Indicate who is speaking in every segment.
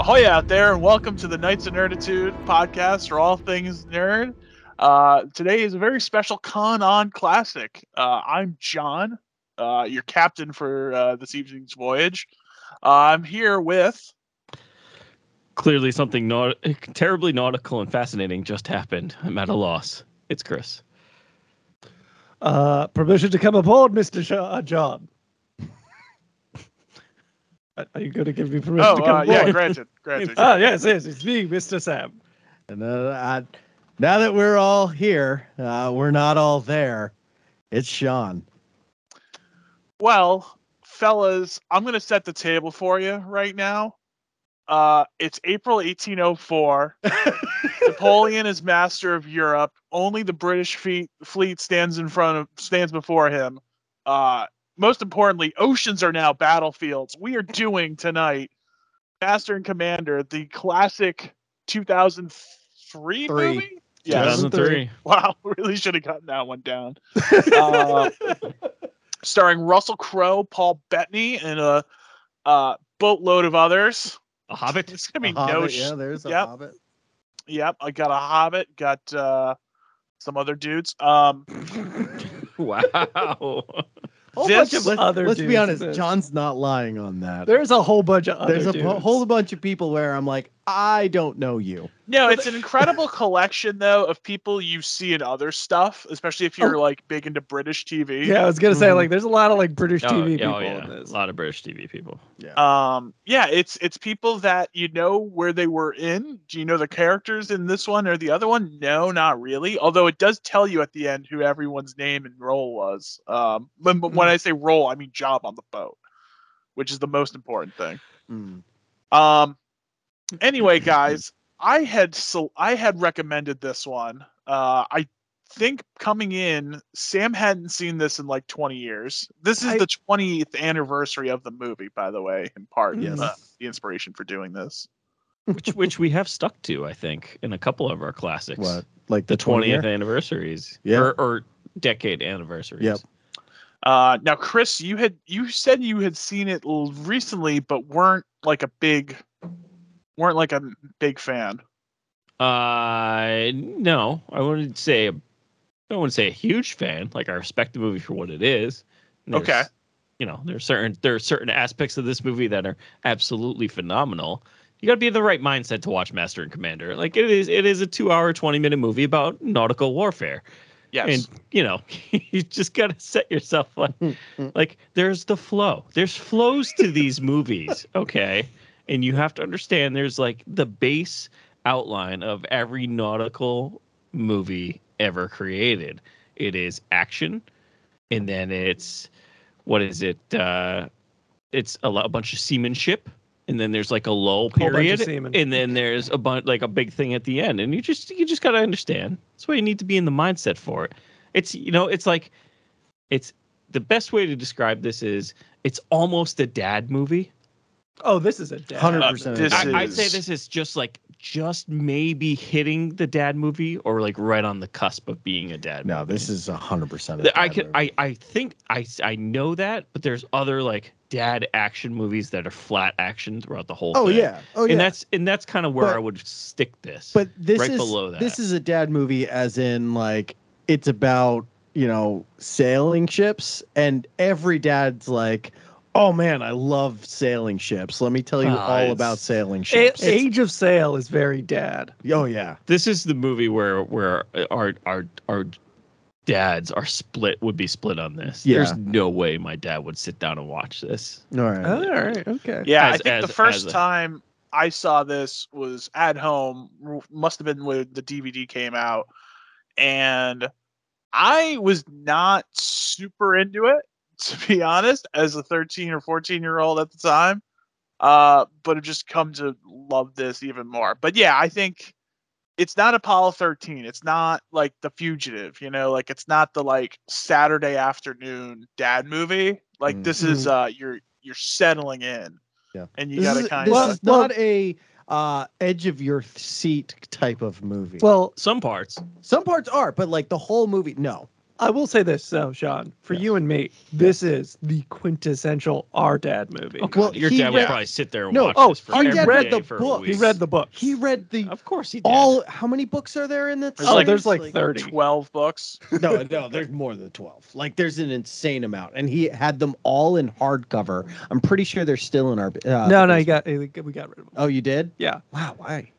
Speaker 1: Ahoy out there, and welcome to the Knights of Nerditude podcast for all things nerd. Uh, today is a very special Con On Classic. Uh, I'm John, uh, your captain for uh, this evening's voyage. Uh, I'm here with,
Speaker 2: Clearly, something not terribly nautical and fascinating just happened. I'm at a loss. It's Chris.
Speaker 3: Uh, permission to come aboard, Mr. Sh- uh, John. Are are you going to give me permission
Speaker 1: oh,
Speaker 3: to come
Speaker 1: uh,
Speaker 3: aboard?
Speaker 1: yeah, granted, granted.
Speaker 3: Ah, yes, yes, it's me, Mr. Sam.
Speaker 4: And uh, I, now that we're all here, uh, we're not all there. It's Sean.
Speaker 1: Well, fellas, I'm going to set the table for you right now. Uh, it's April 1804. Napoleon is master of Europe. Only the British fe- fleet stands in front of stands before him. Uh, most importantly, oceans are now battlefields. We are doing tonight Master and Commander, the classic 2003
Speaker 4: Three.
Speaker 1: movie. Yes.
Speaker 2: 2003.
Speaker 1: Wow, really should have gotten that one down. Uh, starring Russell Crowe, Paul Bettany, and a uh, boatload of others.
Speaker 2: A Hobbit.
Speaker 1: It's gonna be
Speaker 4: A
Speaker 1: no.
Speaker 4: hobbit,
Speaker 1: Sh-
Speaker 4: yeah, there's a
Speaker 1: yep.
Speaker 4: hobbit.
Speaker 1: Yep, I got a Hobbit. Got uh, some other dudes. Um,
Speaker 2: Wow.
Speaker 4: Whole
Speaker 1: This-
Speaker 4: bunch of
Speaker 3: Let- other
Speaker 4: Let's be
Speaker 3: dudes
Speaker 4: honest,
Speaker 3: in this.
Speaker 4: John's not lying on that.
Speaker 3: There's a whole bunch of other
Speaker 4: there's a po-
Speaker 3: dudes.
Speaker 4: whole bunch of people where I'm like, I don't know you.
Speaker 1: no, it's an incredible collection though of people you see in other stuff, especially
Speaker 4: Oh.
Speaker 1: if you're like big into British TV.
Speaker 3: Yeah, I was going to say,
Speaker 4: Mhm.
Speaker 3: like, there's a lot of, like, British
Speaker 2: Oh,
Speaker 3: TV
Speaker 2: yeah,
Speaker 3: people
Speaker 2: oh, yeah.
Speaker 3: in
Speaker 2: A
Speaker 3: this.
Speaker 2: lot of British TV people.
Speaker 1: um yeah it's it's people that you know where they were in do you know the characters in this one or the other one no not really although it does tell you at the end who everyone's name and role was um when, but when i say role i mean job on the boat which is the most important thing
Speaker 4: Mm.
Speaker 1: um anyway guys i had so i had recommended this one uh i think coming in sam hadn't seen this in like 20 years this is
Speaker 3: I-
Speaker 1: the 20th anniversary of the movie by the way in part
Speaker 4: Yes.
Speaker 1: uh, the inspiration for doing this
Speaker 2: Which which we have stuck to, I think, in a couple of our classics.
Speaker 4: What? Like
Speaker 2: The 20th
Speaker 4: 20th?
Speaker 2: anniversaries.
Speaker 4: Yeah.
Speaker 2: Or, or decade anniversaries.
Speaker 4: Yep.
Speaker 1: uh now chris you had you said you had seen it l- recently but weren't like a big weren't like a m- big fan
Speaker 2: Uh, no, I wouldn't say. I I wouldn't say a huge fan. Like I respect the movie for what it is. There's-
Speaker 1: Okay.
Speaker 2: You know, there's certain there are certain aspects of this movie that are absolutely phenomenal. You got to be in the right mindset to watch Master and Commander. Like it is, it is a two-hour, twenty-minute movie about nautical warfare,
Speaker 1: yes
Speaker 2: and you know, you just got to set yourself like, like there's the flow. There's flows to these movies, okay? And you have to understand there's like the base outline of every nautical movie ever created. It is action, and then it's what is it? Uh, it's a, lo- a bunch of seamanship, and then there's like a lull
Speaker 3: bunch of
Speaker 2: period,
Speaker 3: seamen.
Speaker 2: and then there's a bunch like a big thing at the end, and you just you just gotta understand. That's why you need to be in the mindset for it. It's you know it's like it's the best way to describe this is it's almost a dad movie.
Speaker 3: Oh, this is a dad.
Speaker 4: 100%.
Speaker 1: Uh, This
Speaker 2: I, I'd
Speaker 1: is-
Speaker 2: say this is just like just maybe hitting the dad movie or like right on the cusp of being a dad.
Speaker 4: No,
Speaker 2: movie.
Speaker 4: this is 100%.
Speaker 2: Th-
Speaker 4: a
Speaker 2: I
Speaker 4: bad
Speaker 2: can
Speaker 4: movie.
Speaker 2: I I think I s- I know that, but there's other like dad action movies that are flat action throughout the whole.
Speaker 4: Oh,
Speaker 2: thing.
Speaker 4: yeah. Oh, yeah.
Speaker 2: and that's and that's kind of where
Speaker 4: But-
Speaker 2: I would stick this.
Speaker 4: But this
Speaker 2: right
Speaker 4: is
Speaker 2: below that.
Speaker 4: this is a dad movie, as in like it's about you know sailing ships, and every dad's like, "Oh man, I love sailing ships. Let me tell you
Speaker 2: Ah,
Speaker 4: all
Speaker 2: it's-
Speaker 4: about sailing
Speaker 3: A-
Speaker 4: ships."
Speaker 3: Age of Sail is very dad.
Speaker 4: oh yeah,
Speaker 2: this is the movie where where uh, our our our dads are split would be split on this.
Speaker 4: Yeah.
Speaker 2: There's no way my dad would sit down and watch this.
Speaker 4: all right.
Speaker 3: All right, okay.
Speaker 1: Yeah, I
Speaker 2: As-
Speaker 1: think the
Speaker 2: as-
Speaker 1: first
Speaker 2: as a-
Speaker 1: time I saw this was at home. r- Must have been when the DVD came out, and I was not super into it to be honest, as a 13 or 14 year old at the time. Uh, but I've just come to love this even more. But yeah, I think it's not Apollo 13. It's not like The Fugitive, you know, like it's not the like Saturday afternoon dad movie. Like this is uh you're you're settling in.
Speaker 4: Yeah.
Speaker 1: And you
Speaker 4: This,
Speaker 1: gotta
Speaker 4: is,
Speaker 1: kind
Speaker 4: this
Speaker 1: of
Speaker 4: is not a uh, edge of your seat type of movie.
Speaker 3: Well,
Speaker 2: Some parts.
Speaker 4: some parts are, but like the whole movie, no.
Speaker 3: I will say this, though, Sean, for
Speaker 4: Yes.
Speaker 3: you and me, this is the quintessential our dad movie.
Speaker 2: Oh, God,
Speaker 4: Well,
Speaker 2: your
Speaker 4: he
Speaker 2: dad would
Speaker 4: read-
Speaker 2: probably sit there and
Speaker 4: No,
Speaker 2: watch
Speaker 3: oh,
Speaker 2: this for
Speaker 3: he
Speaker 2: every
Speaker 3: read
Speaker 2: day
Speaker 4: the
Speaker 2: for
Speaker 4: book.
Speaker 2: a
Speaker 3: He
Speaker 2: week.
Speaker 3: read the book.
Speaker 4: He read the
Speaker 2: Of course he did.
Speaker 4: all. How many books are there in that?
Speaker 1: There's
Speaker 3: oh,
Speaker 1: like-
Speaker 3: there's like, 30.
Speaker 1: Twelve books.
Speaker 4: no, no, there's more than 12. Like there's an insane amount. And he had them all in hardcover. I'm pretty sure they're still in our uh,
Speaker 3: no, no, you got we got rid of him.
Speaker 4: Oh, you did?
Speaker 3: Yeah,
Speaker 4: Wow, why?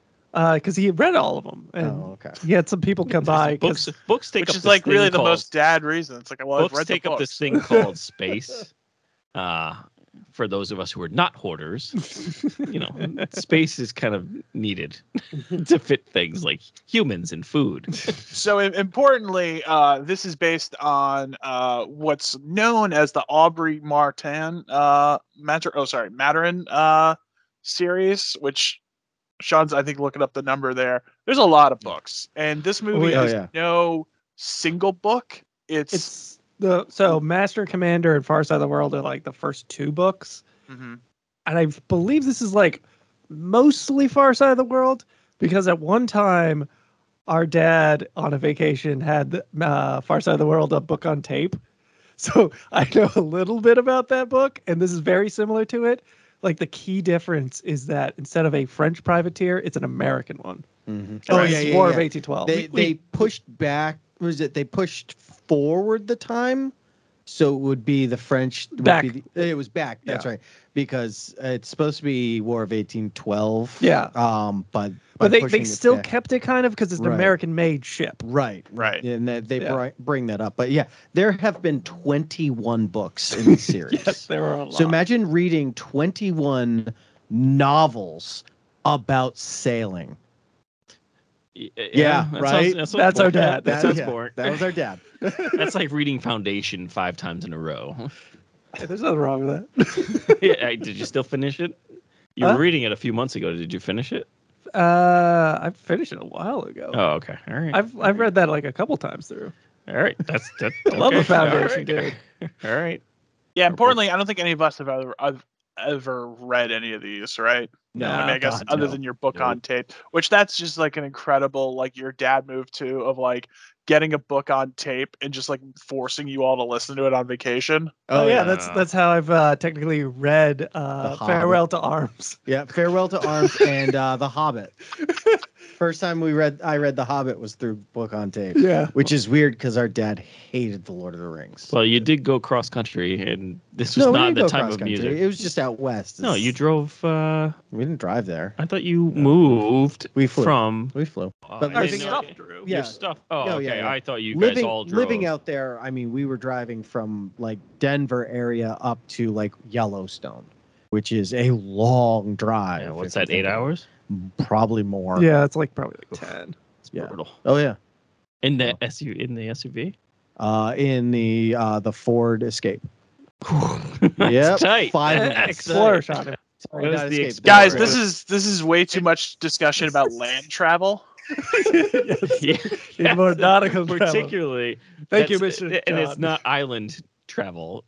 Speaker 3: because he read all of them, and
Speaker 4: Oh, okay.
Speaker 3: he had some people come by. 'cause-
Speaker 2: books, books take
Speaker 1: Which
Speaker 2: up
Speaker 1: is
Speaker 2: this
Speaker 1: like
Speaker 2: thing
Speaker 1: really the
Speaker 2: called-
Speaker 1: most dad reason. It's like, well, I've
Speaker 2: Books
Speaker 1: read
Speaker 2: take
Speaker 1: the
Speaker 2: up
Speaker 1: books.
Speaker 2: this thing called space. Uh, for those of us who are not hoarders, you know, space is kind of needed to fit things like humans and food.
Speaker 1: So im- importantly, uh, this is based on uh, what's known as the Aubrey Martin uh, Matter. Oh, sorry, Matarin uh, series, which Sean's I think looking up the number there. There's a lot of books, and this movie
Speaker 4: yeah. Oh,
Speaker 1: is
Speaker 4: yeah.
Speaker 1: no single book. It's,
Speaker 3: it's the so Master Commander and Far Side of the World are like the first two books,
Speaker 1: Mhm.
Speaker 3: and I believe this is like mostly Far Side of the World because at one time our dad on a vacation had uh, Far Side of the World a book on tape. So I know a little bit about that book, and this is very similar to it. Like the key difference is that instead of a French privateer, it's an American one.
Speaker 4: Oh,
Speaker 3: It's
Speaker 4: yeah, yeah,
Speaker 3: War of
Speaker 4: yeah.
Speaker 3: 1812.
Speaker 4: They
Speaker 3: We-
Speaker 4: they pushed back. Was it they pushed forward the time? So it would be the French. Would
Speaker 3: Back.
Speaker 4: Be the, it was back. That's
Speaker 3: Yeah.
Speaker 4: right. Because uh, it's supposed to be War of eighteen twelve.
Speaker 3: Yeah.
Speaker 4: Um. But by
Speaker 3: but they,
Speaker 4: pushing
Speaker 3: they
Speaker 4: it
Speaker 3: still
Speaker 4: back-
Speaker 3: kept it kind of because it's an
Speaker 4: Right.
Speaker 3: American made ship.
Speaker 4: Right.
Speaker 1: Right.
Speaker 4: And that they
Speaker 3: Yeah.
Speaker 4: bri- bring that up. But yeah, there have been 21 books in the series.
Speaker 3: Yes, there are a lot.
Speaker 4: so imagine reading 21 novels about sailing.
Speaker 2: Y-
Speaker 4: Yeah,
Speaker 2: that
Speaker 4: right?
Speaker 2: sounds- sounds
Speaker 3: That's our
Speaker 2: boring. That
Speaker 3: dad.
Speaker 4: That-
Speaker 2: sounds
Speaker 4: yeah,
Speaker 2: boring.
Speaker 4: That was our dad.
Speaker 2: That's like reading Foundation five times in a row.
Speaker 3: Hey, there's nothing wrong with
Speaker 2: Yeah, I- did you still finish it? You
Speaker 3: Huh?
Speaker 2: were reading it a few months ago. Did you finish it?
Speaker 3: that. Uh, I finished it a while ago.
Speaker 2: Oh, okay. All right.
Speaker 3: I've I've read that like a couple times through.
Speaker 2: All right. That's that.
Speaker 3: I love the
Speaker 2: okay. All
Speaker 3: foundation,
Speaker 2: right.
Speaker 3: dude.
Speaker 2: All right.
Speaker 1: Yeah.
Speaker 2: Or-
Speaker 1: Importantly, I don't think any of us have ever I've ever read any of these, right?
Speaker 4: No,
Speaker 1: I mean, I guess
Speaker 4: God,
Speaker 1: other
Speaker 4: no.
Speaker 1: than your book
Speaker 2: Nope.
Speaker 1: on tape, which that's just like an incredible, like your dad move too, of like getting a book on tape and just like forcing you all to listen to it on vacation.
Speaker 3: Oh, yeah, that's
Speaker 2: yeah.
Speaker 3: that's how I've uh, technically read uh,
Speaker 4: The Hobbit.
Speaker 3: Farewell to Arms.
Speaker 4: Yeah, Farewell to Arms and uh, The Hobbit. First time we read, I read The Hobbit was through book on tape,
Speaker 3: Yeah.
Speaker 4: which is weird because our dad hated The Lord of the Rings.
Speaker 2: Well, you did go cross country, and this was
Speaker 4: we
Speaker 2: not
Speaker 4: didn't
Speaker 2: the
Speaker 4: go
Speaker 2: type of
Speaker 4: cross-country.
Speaker 2: music.
Speaker 4: It was just out west.
Speaker 2: No, you
Speaker 4: It's-
Speaker 2: drove. uh
Speaker 4: we didn't drive there.
Speaker 2: I thought you moved
Speaker 4: We flew.
Speaker 2: from.
Speaker 4: We flew.
Speaker 2: Oh,
Speaker 4: But
Speaker 2: I
Speaker 4: living
Speaker 2: didn't know-
Speaker 4: out-
Speaker 2: Your
Speaker 4: yeah.
Speaker 2: stuff. Oh,
Speaker 4: Yeah,
Speaker 2: okay.
Speaker 4: yeah, yeah.
Speaker 2: I thought you guys
Speaker 4: living
Speaker 2: all drove.
Speaker 4: living out there i mean we were driving from like denver area up to like yellowstone which is a long drive
Speaker 2: Yeah, what's
Speaker 4: if you
Speaker 2: that? Eight
Speaker 4: think about
Speaker 2: hours?
Speaker 4: it. probably more
Speaker 3: Yeah, it's like probably like ten.
Speaker 2: It's
Speaker 4: Yeah.
Speaker 2: brutal.
Speaker 4: oh yeah
Speaker 2: In the SU in the SUV.
Speaker 4: uh in the uh the ford escape
Speaker 2: That's
Speaker 4: Yep,
Speaker 2: tight.
Speaker 4: five
Speaker 3: Eh,
Speaker 2: That's
Speaker 3: Explorer
Speaker 2: tight.
Speaker 3: shot.
Speaker 4: Sorry,
Speaker 2: That was
Speaker 4: not
Speaker 2: the
Speaker 4: escape,
Speaker 1: Guys,
Speaker 4: the-
Speaker 2: Explorer.
Speaker 1: this is this is way too much discussion about land travel.
Speaker 2: Yeah.
Speaker 3: Even more nautical travel.
Speaker 2: Particularly.
Speaker 3: Thank you,
Speaker 2: that's-
Speaker 3: Mister.
Speaker 2: And it's
Speaker 3: John.
Speaker 2: not island travel.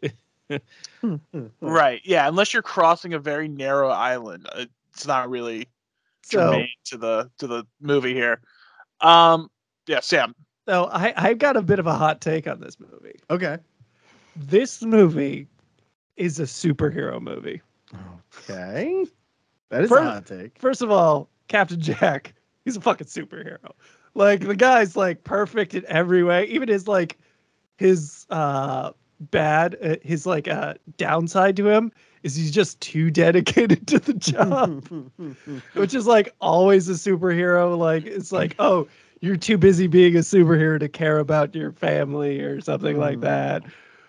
Speaker 1: Right. Yeah, unless you're crossing a very narrow island. uh, It's not really
Speaker 3: so.
Speaker 1: germane to the to the movie here. Um yeah, Sam.
Speaker 3: So I I've got a bit of a hot take on this movie.
Speaker 4: okay
Speaker 3: This movie is a superhero movie.
Speaker 4: okay that is
Speaker 3: First-
Speaker 4: a hot take
Speaker 3: First of all, Captain Jack, he's a fucking superhero. Like the guy's like perfect in every way. Even his like his uh bad uh, his like uh downside to him is he's just too dedicated to the job,
Speaker 4: Mm-hmm.
Speaker 3: which is like always a superhero like it's like, "Oh, you're too busy being a superhero to care about your family or something like
Speaker 4: Mm.
Speaker 3: that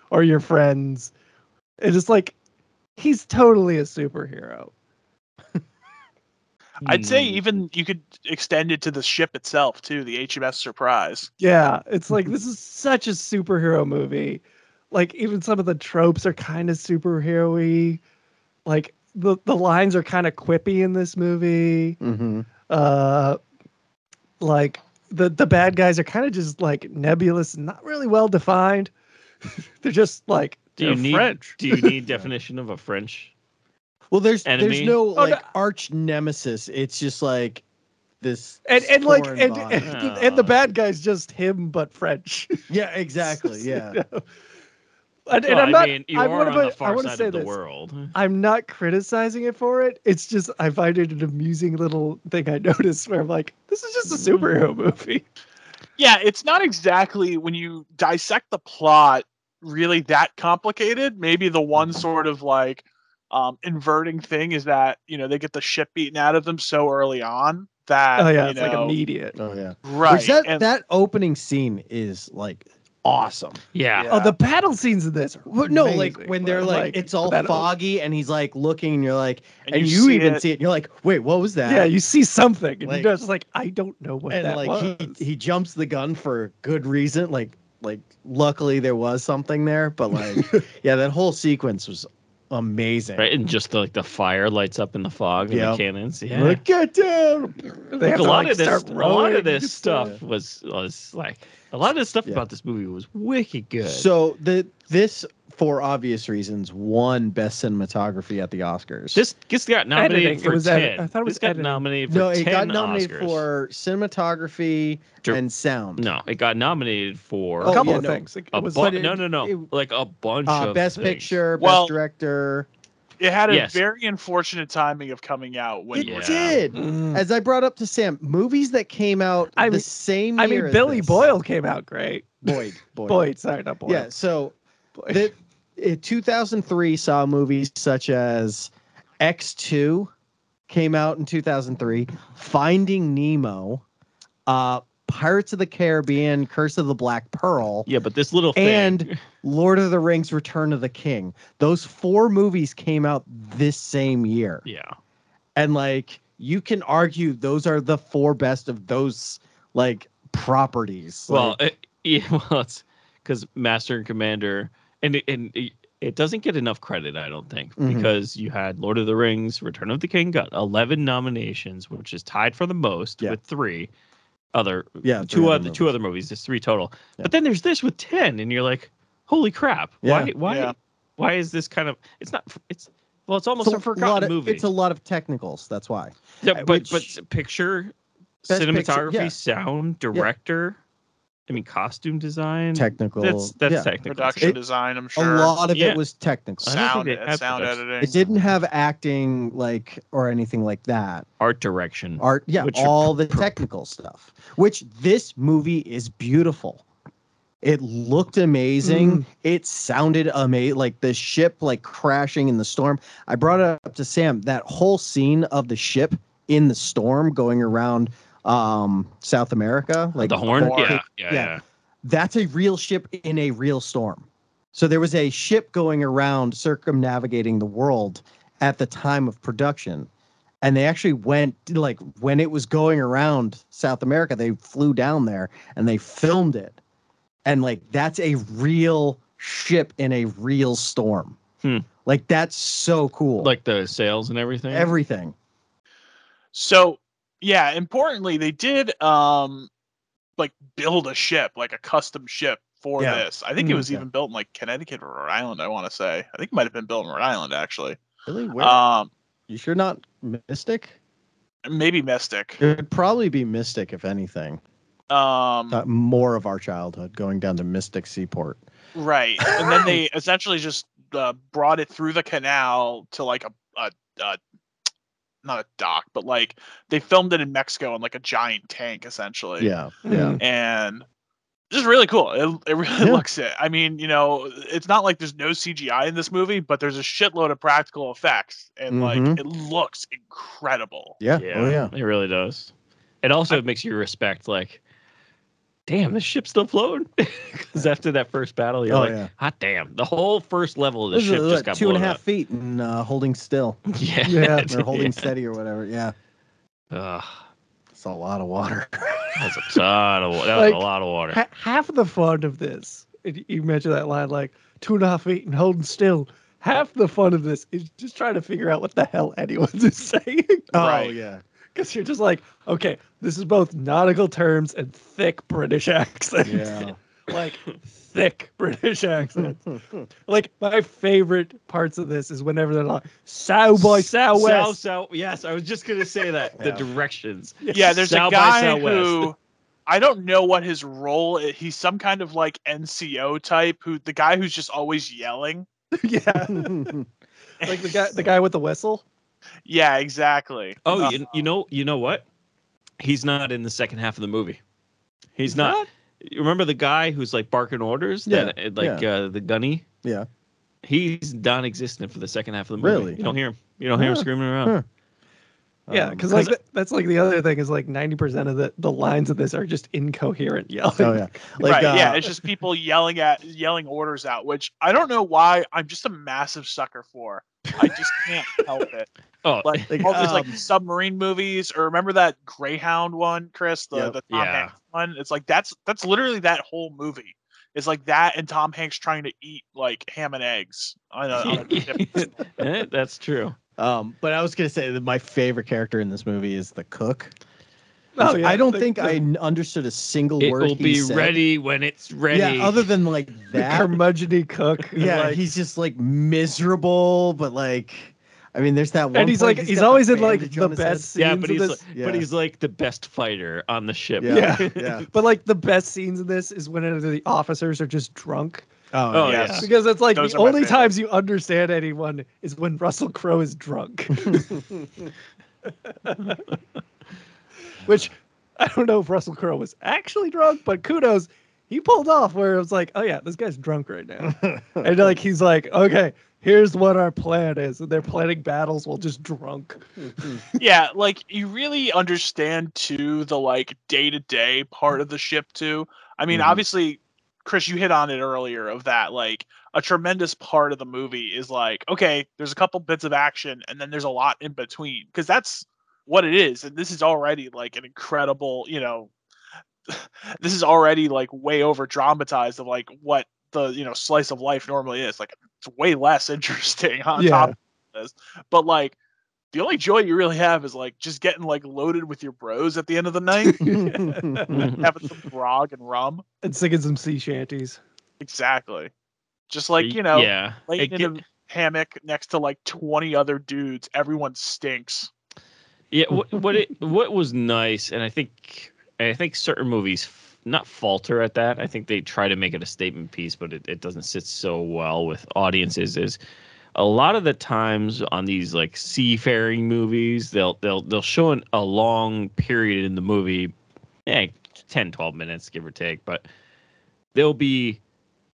Speaker 3: or your friends." It's just like he's totally a superhero.
Speaker 1: I'd say
Speaker 4: Hmm.
Speaker 2: Mm.
Speaker 1: even you could extend it to the ship itself too, the HMS Surprise.
Speaker 3: Yeah, it's like this is such a superhero movie. Like even some of the tropes are kind of superhero-y. Like the the lines are kind of quippy in this movie.
Speaker 4: Mhm.
Speaker 3: Uh like the the bad guys are kind of just like nebulous and not really well defined. They're just like
Speaker 2: Do you
Speaker 3: they're
Speaker 2: need
Speaker 3: French.
Speaker 2: Do you need definition of a French?
Speaker 4: well there's
Speaker 2: Enemy?
Speaker 4: there's no
Speaker 3: Oh, no.
Speaker 4: like arch nemesis it's just like this
Speaker 3: and and like
Speaker 4: foreign
Speaker 3: and
Speaker 4: body.
Speaker 3: and, the, and the bad guy's just him but French.
Speaker 4: yeah, exactly. Yeah.
Speaker 3: and, and
Speaker 2: Well,
Speaker 3: I'm not.
Speaker 2: mean, you
Speaker 3: I
Speaker 2: are
Speaker 3: wanna
Speaker 2: on the
Speaker 3: put- I
Speaker 2: far
Speaker 3: wanna
Speaker 2: side
Speaker 3: say
Speaker 2: of the
Speaker 3: this.
Speaker 2: world.
Speaker 3: I'm not criticizing it for it. It's just I find it an amusing little thing I noticed where I'm like, this is just a superhero movie.
Speaker 1: Yeah, it's not exactly when you dissect the plot really that complicated. Maybe the one sort of like um, inverting thing is that you know they get the shit beaten out of them so early on that
Speaker 3: Oh yeah,
Speaker 1: you
Speaker 3: it's
Speaker 1: know,
Speaker 3: like immediate.
Speaker 4: Oh yeah.
Speaker 1: right
Speaker 4: Which that
Speaker 1: and-
Speaker 4: that opening scene is like awesome.
Speaker 2: Yeah.
Speaker 1: Yeah.
Speaker 3: Oh, the battle scenes in this. Are
Speaker 4: Well, no,
Speaker 3: amazing,
Speaker 4: like when they're
Speaker 3: but,
Speaker 4: like, it's all
Speaker 3: that-
Speaker 4: foggy and he's like looking and you're like and, you,
Speaker 1: see
Speaker 4: even
Speaker 1: it.
Speaker 4: see it and you're like, wait, what was that?
Speaker 3: Yeah, you see something, and
Speaker 4: Like-
Speaker 3: you're just like, I don't know what
Speaker 4: and
Speaker 3: that
Speaker 4: like
Speaker 3: was.
Speaker 4: he, he jumps the gun for good reason. Like like luckily there was something there, but like yeah, that whole sequence was amazing.
Speaker 2: Right, and just the, like the fire lights up in the fog and
Speaker 4: Yeah.
Speaker 2: the cannons. Yeah,
Speaker 4: Like, get down.
Speaker 3: they
Speaker 2: Like,
Speaker 3: have
Speaker 2: a
Speaker 3: to,
Speaker 2: lot
Speaker 3: like,
Speaker 2: of this,
Speaker 3: start
Speaker 2: a lot
Speaker 3: rowing
Speaker 2: of this
Speaker 3: and
Speaker 2: stuff was was like a lot of this stuff
Speaker 4: Yeah.
Speaker 2: about this movie was wicked good.
Speaker 4: So the this for obvious reasons won best cinematography at the Oscars.
Speaker 2: this gets got nominated
Speaker 3: Editing, it
Speaker 2: for
Speaker 3: was
Speaker 2: ten.
Speaker 3: edit- I thought it was
Speaker 2: this got
Speaker 3: editing.
Speaker 2: nominated for
Speaker 4: no, it
Speaker 2: ten
Speaker 4: got nominated
Speaker 2: Oscars.
Speaker 4: for cinematography
Speaker 2: Dir-
Speaker 4: and sound.
Speaker 2: no, it got nominated for
Speaker 3: a
Speaker 4: Oh,
Speaker 3: couple
Speaker 4: yeah,
Speaker 3: of
Speaker 4: no.
Speaker 3: things. It
Speaker 2: a
Speaker 3: was
Speaker 2: bu-
Speaker 3: like,
Speaker 4: it-
Speaker 2: no, no, no,
Speaker 4: it-
Speaker 2: like a bunch
Speaker 4: Uh,
Speaker 2: of
Speaker 4: best
Speaker 2: things.
Speaker 4: picture, best
Speaker 1: Well-
Speaker 4: director.
Speaker 1: it had a
Speaker 2: Yes.
Speaker 1: very unfortunate timing of coming out when
Speaker 4: It
Speaker 2: Yeah.
Speaker 4: did.
Speaker 3: Mm.
Speaker 4: As I brought up to Sam, movies that came out
Speaker 3: I
Speaker 4: the
Speaker 3: mean-
Speaker 4: same
Speaker 3: I
Speaker 4: year
Speaker 3: mean,
Speaker 4: as
Speaker 3: Billy
Speaker 4: this.
Speaker 3: Boyle came out great.
Speaker 4: Boyd, Boyd,
Speaker 3: Boyd, sorry, not Boyle.
Speaker 4: Yeah, so
Speaker 3: Boyd.
Speaker 4: the eh, in 2003 saw movies such as X2 came out in 2003, Finding Nemo, uh Pirates of the Caribbean, Curse of the Black Pearl,
Speaker 2: Yeah, but this little thing
Speaker 4: And- Lord of the Rings, Return of the King. Those four movies came out this same year.
Speaker 2: yeah,
Speaker 4: and like you can argue those are the four best of those like properties.
Speaker 2: well,
Speaker 4: Like,
Speaker 2: it, yeah, well, it's because Master and Commander, and it- and it, it doesn't get enough credit, I don't think,
Speaker 4: Mhm.
Speaker 2: because you had Lord of the Rings, Return of the King got eleven nominations, which is tied for the most
Speaker 4: Yeah.
Speaker 2: with three other
Speaker 4: yeah,
Speaker 2: two
Speaker 4: three
Speaker 2: other two
Speaker 4: movies.
Speaker 2: other movies. There's three total,
Speaker 4: Yeah.
Speaker 2: but then there's this with ten, and you're like, holy crap, why
Speaker 4: Yeah.
Speaker 2: why
Speaker 1: Yeah.
Speaker 2: why is this kind of it's not it's well it's almost
Speaker 4: It's
Speaker 2: a, forgotten
Speaker 4: lot of,
Speaker 2: movie. Mm,
Speaker 4: It's a lot of technicals. That's why.
Speaker 2: Yeah,
Speaker 4: Uh,
Speaker 2: but
Speaker 4: which-
Speaker 2: but picture,
Speaker 4: Best picture,
Speaker 2: cinematography,
Speaker 4: yeah.
Speaker 2: sound, director. I mean, costume design.
Speaker 4: Technical.
Speaker 2: That's that's
Speaker 4: yeah.
Speaker 2: technical.
Speaker 1: production
Speaker 4: It-
Speaker 1: design I'm
Speaker 4: A
Speaker 1: sure
Speaker 4: lot of
Speaker 2: Yeah.
Speaker 4: it was technical.
Speaker 2: I don't think
Speaker 1: sound
Speaker 2: they had
Speaker 1: sound
Speaker 2: production.
Speaker 1: editing
Speaker 4: It didn't have acting like or anything like that.
Speaker 2: Art direction.
Speaker 4: Art, yeah,
Speaker 2: Which are
Speaker 4: all the
Speaker 2: pr- pr-
Speaker 4: technical stuff. Which this movie is beautiful. It looked amazing. It sounded amazing. Like the ship, like crashing in the storm. I brought it up to Sam. That whole scene of the ship in the storm going around um South America, like
Speaker 2: the horn.
Speaker 1: horn.
Speaker 2: Yeah, yeah,
Speaker 4: Yeah.
Speaker 2: yeah.
Speaker 4: that's a real ship in a real storm. So there was a ship going around circumnavigating the world at the time of production. And they actually went like when it was going around South America, they flew down there and they filmed it. And like that's a real ship in a real storm.
Speaker 2: Hmm.
Speaker 4: Like that's so cool.
Speaker 2: Like the sales and everything.
Speaker 4: everything.
Speaker 1: So yeah, importantly, they did um like build a ship, like a custom ship for
Speaker 4: Yeah.
Speaker 1: this. I think it
Speaker 4: Mm,
Speaker 1: was
Speaker 4: yeah.
Speaker 1: even built in like Connecticut or Rhode Island, I want to say. I think it might have been built in Rhode Island actually.
Speaker 4: Really? Where?
Speaker 2: Uh,
Speaker 1: Um
Speaker 4: you sure not Mystic?
Speaker 1: maybe Mystic.
Speaker 4: It would probably be Mystic if anything.
Speaker 2: Mm-hmm.
Speaker 1: Um
Speaker 4: Uh, more of our childhood going down to Mystic Seaport.
Speaker 1: right. And then they essentially just uh, brought it through the canal to like a, a, a not a dock, but like they filmed it in Mexico in like a giant tank essentially.
Speaker 4: Yeah.
Speaker 2: hmm.
Speaker 3: Mm.
Speaker 4: Yeah.
Speaker 1: and this is really cool. It, it really
Speaker 4: Yeah.
Speaker 1: looks it. I mean, you know, it's not like there's no CGI in this movie, but there's a shitload of practical effects, and
Speaker 4: Mhm.
Speaker 1: like it looks incredible.
Speaker 4: Yeah.
Speaker 2: Yeah,
Speaker 4: Oh, yeah.
Speaker 2: It really does. It also makes you respect like, damn, this ship's still floating. Because after that first battle, you're
Speaker 4: Oh,
Speaker 2: like,
Speaker 4: yeah.
Speaker 2: hot damn, the whole first level of the
Speaker 4: This is,
Speaker 2: ship
Speaker 4: what,
Speaker 2: just got
Speaker 4: two and a
Speaker 2: blown
Speaker 4: half feet and uh, holding still.
Speaker 2: up. Yeah.
Speaker 3: Yeah,
Speaker 4: They're holding steady or whatever. Yeah.
Speaker 2: Ugh,
Speaker 4: It's a lot of water.
Speaker 2: that's a ton of wa- that was a
Speaker 3: Like,
Speaker 2: lot of water.
Speaker 3: Ha- half of the fun of this, and you mentioned that line like two and a half feet and holding still. Half the fun of this is just trying to figure out what the hell anyone is saying.
Speaker 1: Right.
Speaker 4: Oh, yeah.
Speaker 3: Because you're just like, okay, this is both nautical terms and thick British accent.
Speaker 4: Yeah.
Speaker 3: like thick British accents. like my favorite parts of this is whenever they're like, "South by Southwest."
Speaker 2: South, south. Yes, I was just gonna say that. The
Speaker 4: oh, Yeah.
Speaker 2: directions.
Speaker 1: Yeah, there's
Speaker 2: South
Speaker 1: a
Speaker 2: by
Speaker 1: guy
Speaker 2: Southwest.
Speaker 1: who I don't know what his role. i- He's some kind of like NCO type. Who the guy who's just always yelling.
Speaker 3: yeah, like the guy, the guy with the whistle.
Speaker 1: Yeah, exactly.
Speaker 2: Oh,
Speaker 1: Uh,
Speaker 2: you, you know, you know what? He's not in the second half of the movie. He's not. You Remember the guy who's like barking orders?
Speaker 4: Yeah,
Speaker 2: That, like uh, the gunny.
Speaker 4: Yeah.
Speaker 2: He's non-existent for the second half of the movie.
Speaker 4: Really?
Speaker 2: You don't hear him. You don't hear him
Speaker 4: Huh.
Speaker 2: screaming around.
Speaker 4: Huh.
Speaker 3: Yeah,
Speaker 4: Um,
Speaker 3: because like
Speaker 2: 'cause-
Speaker 3: that, that's like the other thing is like ninety percent of the the lines of this are just incoherent yelling.
Speaker 4: oh yeah, like
Speaker 1: right,
Speaker 4: uh,
Speaker 1: yeah, it's just people yelling at yelling orders out, which I don't know why. I'm just a massive sucker for. I just can't help it.
Speaker 2: Oh,
Speaker 1: Like
Speaker 4: Like,
Speaker 1: all those like
Speaker 4: um,
Speaker 1: submarine movies, or remember that Greyhound one, Chris, the,
Speaker 4: Yep.
Speaker 1: the Tom
Speaker 2: Yeah.
Speaker 1: Hanks one. It's like that's that's literally that whole movie. It's like that and Tom Hanks trying to eat like ham and eggs. On a, on a
Speaker 2: eh, that's true.
Speaker 4: Um, but I was gonna say that my favorite character in this movie is the cook.
Speaker 3: Oh, yeah,
Speaker 4: I don't
Speaker 3: the-
Speaker 4: think
Speaker 3: the-
Speaker 4: I n- understood a single
Speaker 2: It
Speaker 4: word.
Speaker 2: will
Speaker 4: he
Speaker 2: be
Speaker 4: said.
Speaker 2: ready when it's ready.
Speaker 4: Yeah, other than like
Speaker 3: the
Speaker 4: that.
Speaker 3: curmudgeony cook.
Speaker 4: yeah,
Speaker 3: like-
Speaker 4: he's just like miserable, but like, I mean, there's that one.
Speaker 3: and he's
Speaker 4: point
Speaker 3: like he's,
Speaker 4: got the
Speaker 3: always in like
Speaker 4: bandage
Speaker 3: the
Speaker 4: on his head.
Speaker 3: best scenes
Speaker 2: yeah, but
Speaker 3: of
Speaker 2: he's
Speaker 3: this.
Speaker 2: like,
Speaker 4: Yeah.
Speaker 2: but he's like the best fighter on the ship.
Speaker 4: Yeah,
Speaker 3: Yeah.
Speaker 4: yeah.
Speaker 3: But like the best scenes in this is whenever the officers are just drunk.
Speaker 4: Oh,
Speaker 2: Oh,
Speaker 4: yeah.
Speaker 1: Yes.
Speaker 3: Because that's like
Speaker 1: Those
Speaker 3: the
Speaker 1: are my
Speaker 3: only
Speaker 1: favorites.
Speaker 3: times you understand anyone is when Russell Crowe is drunk. Which I don't know if Russell Crowe was actually drunk, but kudos. He pulled off where it was like, oh yeah, this guy's drunk right now. and like he's like, okay, here's what our plan is. And they're planning battles while just drunk.
Speaker 1: yeah, like you really understand too the like day to day part of the ship too. I mean,
Speaker 4: Mhm.
Speaker 1: obviously, Chris, you hit on it earlier of that like a tremendous part of the movie is like okay, there's a couple bits of action and then there's a lot in between because that's what it is, and this is already like an incredible, you know, this is already like way over dramatized of like what the you know slice of life normally is. Like it's way less interesting on
Speaker 3: Yeah.
Speaker 1: top of this, but like the only joy you really have is like just getting like loaded with your bros at the end of the night, having some grog and rum.
Speaker 3: And singing some sea shanties.
Speaker 1: Exactly. Just like you know,
Speaker 2: yeah.
Speaker 1: laying
Speaker 2: It
Speaker 1: in
Speaker 2: get-
Speaker 1: a hammock next to like twenty other dudes. Everyone stinks.
Speaker 2: yeah. What, what it what was nice, and I think I think certain movies f- not falter at that. I think they try to make it a statement piece, but it, it doesn't sit so well with audiences. Is a lot of the times on these like seafaring movies, they'll they'll they'll show an, a long period in the movie, eh, 10, 12 minutes give or take, but they'll be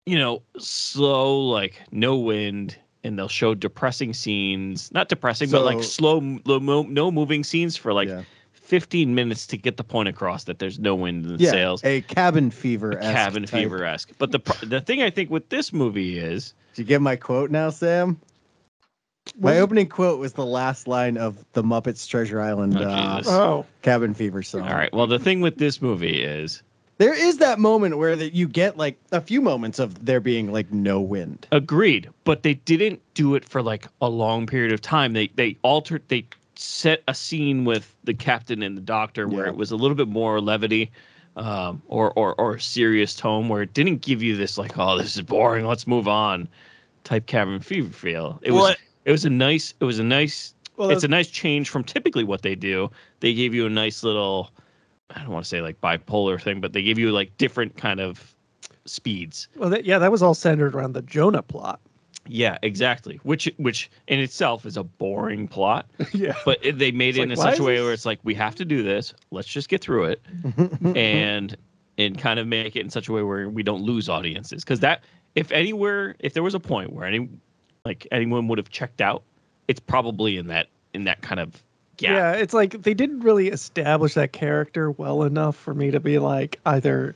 Speaker 2: you know slow like no wind and they'll show depressing scenes not depressing but like
Speaker 4: So-
Speaker 2: slow m- low, mo- no moving scenes for like
Speaker 4: Yeah.
Speaker 2: 15 minutes to get the point across that there's no wind in the
Speaker 4: Yeah,
Speaker 2: sails
Speaker 4: a cabin fever.
Speaker 2: cabin fever esque but the pr- the thing i think with this movie is
Speaker 4: Did you get my quote now, Sam? My opening quote was the last line of the Muppets Treasure Island
Speaker 2: Oh,
Speaker 4: uh,
Speaker 2: Jesus.
Speaker 3: Oh.
Speaker 4: Cabin Fever song.
Speaker 2: all right well the thing with this movie is
Speaker 4: There is that moment where that you get like a few moments of there being like no wind.
Speaker 2: Agreed, but they didn't do it for like a long period of time. They they altered they set a scene with the captain and the doctor where
Speaker 4: Yeah.
Speaker 2: it was a little bit more levity um, or or or serious tone where it didn't give you this like oh this is boring let's move on type cabin fever feel. It
Speaker 1: Well,
Speaker 2: was
Speaker 1: it-
Speaker 2: it was a nice it was a nice
Speaker 3: Well,
Speaker 2: it's a nice change from typically what they do. They gave you a nice little I don't want to say like bipolar thing, but they give you like different kind of speeds.
Speaker 3: Well, that, yeah, that was all centered around the Jonah plot.
Speaker 2: Yeah, exactly. Which which in itself is a boring plot,
Speaker 3: yeah.
Speaker 2: but it, they made
Speaker 3: It's
Speaker 2: it
Speaker 3: like,
Speaker 2: in
Speaker 3: why
Speaker 2: such
Speaker 3: is
Speaker 2: a way
Speaker 3: this-
Speaker 2: where it's like we have to do this. Let's just get through it Mm-hmm. and and kind of make it in such a way where we don't lose audiences because that if anywhere if there was a point where any like anyone would have checked out, it's probably in that in that kind of gap.
Speaker 3: yeah.
Speaker 2: Yeah.
Speaker 3: it's like they didn't really establish that character well enough for me to be like either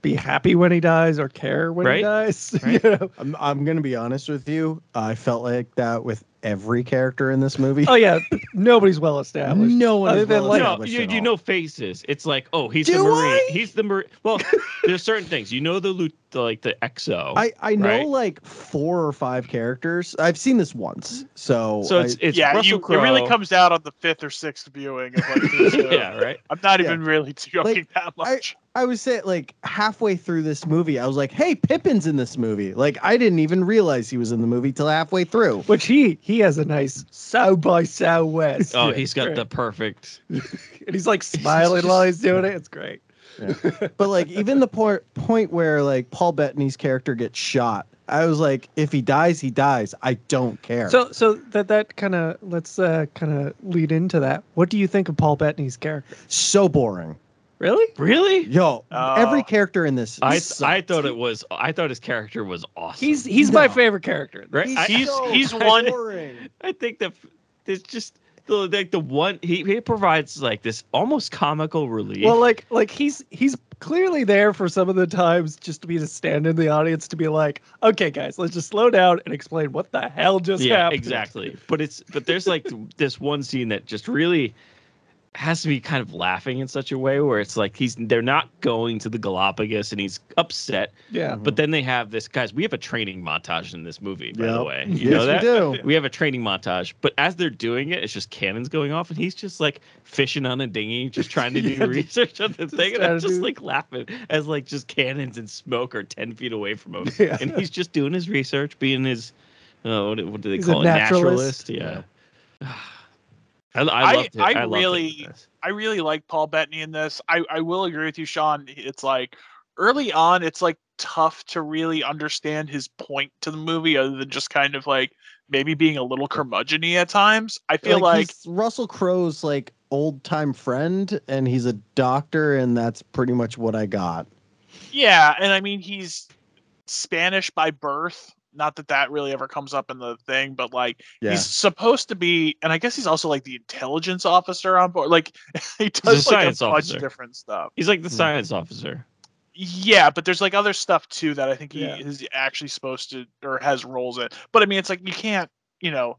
Speaker 3: be happy when he dies or care when
Speaker 2: Right.
Speaker 3: he dies.
Speaker 2: Right.
Speaker 3: You know?
Speaker 4: I'm, I'm gonna be honest with you. I felt like that with every character in this movie.
Speaker 3: Oh yeah, nobody's well established.
Speaker 4: no one
Speaker 3: Other
Speaker 4: is
Speaker 3: than,
Speaker 4: well
Speaker 3: like-
Speaker 2: no,
Speaker 4: established
Speaker 2: you,
Speaker 4: at
Speaker 2: you
Speaker 4: all.
Speaker 2: know faces. It's like, oh, he's the
Speaker 4: Do
Speaker 2: marine.
Speaker 4: I?
Speaker 2: He's the marine. Well, there's certain things you know the, lu- the like the exo.
Speaker 4: I I know
Speaker 2: right?
Speaker 4: like four or five characters. I've seen this once, so
Speaker 2: so
Speaker 4: I-
Speaker 2: it's it's
Speaker 1: yeah,
Speaker 2: Russell
Speaker 1: you, it really
Speaker 2: Crowe.
Speaker 1: comes out on the fifth or sixth viewing. Of like, who's who.
Speaker 2: yeah, right.
Speaker 1: I'm not
Speaker 4: Yeah.
Speaker 1: even really joking
Speaker 4: Like,
Speaker 1: that
Speaker 4: I-
Speaker 1: much.
Speaker 4: I was saying like halfway through this movie, I was like, "Hey, Pippin's in this movie." Like I didn't even realize he was in the movie till halfway through.
Speaker 3: Which he he has a nice south by southwest.
Speaker 2: Oh, he's got
Speaker 3: Right.
Speaker 2: the perfect.
Speaker 3: and he's like smiling while he's doing it. It's great.
Speaker 4: But like even the point point where like Paul Bettany's character gets shot, I was like, "If he dies, he dies. I don't care."
Speaker 3: So so that that kind of let's uh kind of lead into that. What do you think of Paul Bettany's character?
Speaker 4: so boring.
Speaker 3: Really?
Speaker 2: Really?
Speaker 4: Yo,
Speaker 1: Oh.
Speaker 4: every character in this,
Speaker 2: I
Speaker 4: sucks.
Speaker 2: I thought it was. I thought his character was awesome.
Speaker 3: He's he's my
Speaker 4: No.
Speaker 3: favorite character.
Speaker 2: right. I,
Speaker 1: he's-
Speaker 4: so
Speaker 1: he's one-
Speaker 4: boring.
Speaker 2: I think that there's just the like the one he he provides like this almost comical relief.
Speaker 3: Well, like like he's he's clearly there for some of the times just to be to stand in the audience to be like, okay, guys, let's just slow down and explain what the hell just
Speaker 2: yeah,
Speaker 3: happened.
Speaker 2: exactly. But it's but there's like this one scene that just really has to be kind of laughing in such a way where it's like he's they're not going to the Galapagos and he's upset.
Speaker 3: Yeah.
Speaker 4: Mm-hmm.
Speaker 2: But then they have this guys. We have a training montage in this movie, by the
Speaker 4: Yep.
Speaker 2: way. You
Speaker 4: Yes,
Speaker 2: know that.
Speaker 4: we do.
Speaker 2: We have a training montage, but as they're doing it, it's just cannons going off, and he's just like fishing on a dinghy, just trying to do
Speaker 3: Yeah,
Speaker 2: research on the thing, and
Speaker 3: trying
Speaker 2: I'm
Speaker 3: to
Speaker 2: just
Speaker 3: do-
Speaker 2: like laughing as like just cannons and smoke are ten feet away from him,
Speaker 3: Yeah.
Speaker 2: and he's just doing his research, being his uh, what, do- what do they
Speaker 3: He's a
Speaker 2: call it,
Speaker 3: naturalist.
Speaker 2: Yeah, I, I,
Speaker 1: I-
Speaker 2: loved it.
Speaker 1: I
Speaker 2: I, loved it
Speaker 1: really-
Speaker 2: in this.
Speaker 1: I really like Paul Bettany in this. I, I will agree with you, Sean. It's like early on, it's like tough to really understand his point to the movie, other than just kind of like maybe being a little curmudgeon at times. I feel like,
Speaker 4: he's Russell Crowe's like old time friend, and he's a doctor, and that's pretty much what I got.
Speaker 1: yeah, and I mean he's Spanish by birth. Not that that really ever comes up in the thing, but like
Speaker 4: Yeah,
Speaker 1: he's supposed to be, and I guess he's also like the intelligence officer on board. Like he does like
Speaker 2: science
Speaker 1: a
Speaker 2: officer.
Speaker 1: bunch of different stuff.
Speaker 2: He's like the
Speaker 4: Hmm.
Speaker 2: science officer.
Speaker 1: Yeah, but there's like other stuff too that I think he
Speaker 3: Yeah.
Speaker 1: is actually supposed to or has roles in. But I mean, it's like you can't, you know,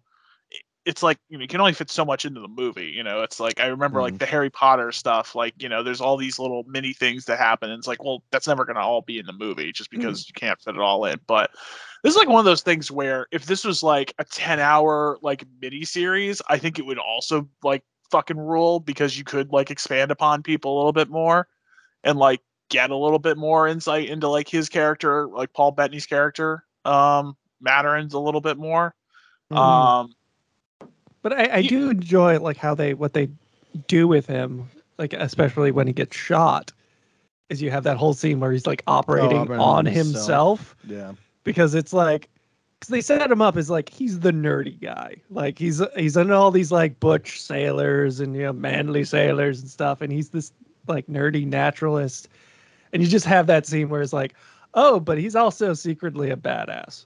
Speaker 1: i- it's like you, know, you can only fit so much into the movie. You know, it's like I remember like the Harry Potter stuff. Like you know, there's all these little mini things that happen. And it's like, well, that's never gonna all be in the movie just because you can't fit it all in. But this is like one of those things where if this was like a 10 hour like mini series, I think it would also like fucking rule because you could like expand upon people a little bit more and like get a little bit more insight into like his character, like Paul Bettany's character, um, Matterins a little bit more.
Speaker 3: Mm-hmm.
Speaker 1: Um,
Speaker 3: But I, I
Speaker 1: You-
Speaker 3: do enjoy like how they what they do with him, like especially when he gets shot, is you have that whole scene where he's like operating
Speaker 4: operating on
Speaker 3: on
Speaker 4: himself.
Speaker 3: himself
Speaker 4: yeah.
Speaker 3: because it's like because they set him up as like he's the nerdy guy, like he's he's in all these like butch sailors and you know manly sailors and stuff, and he's this like nerdy naturalist, and you just have that scene where it's like, oh, but he's also secretly a badass.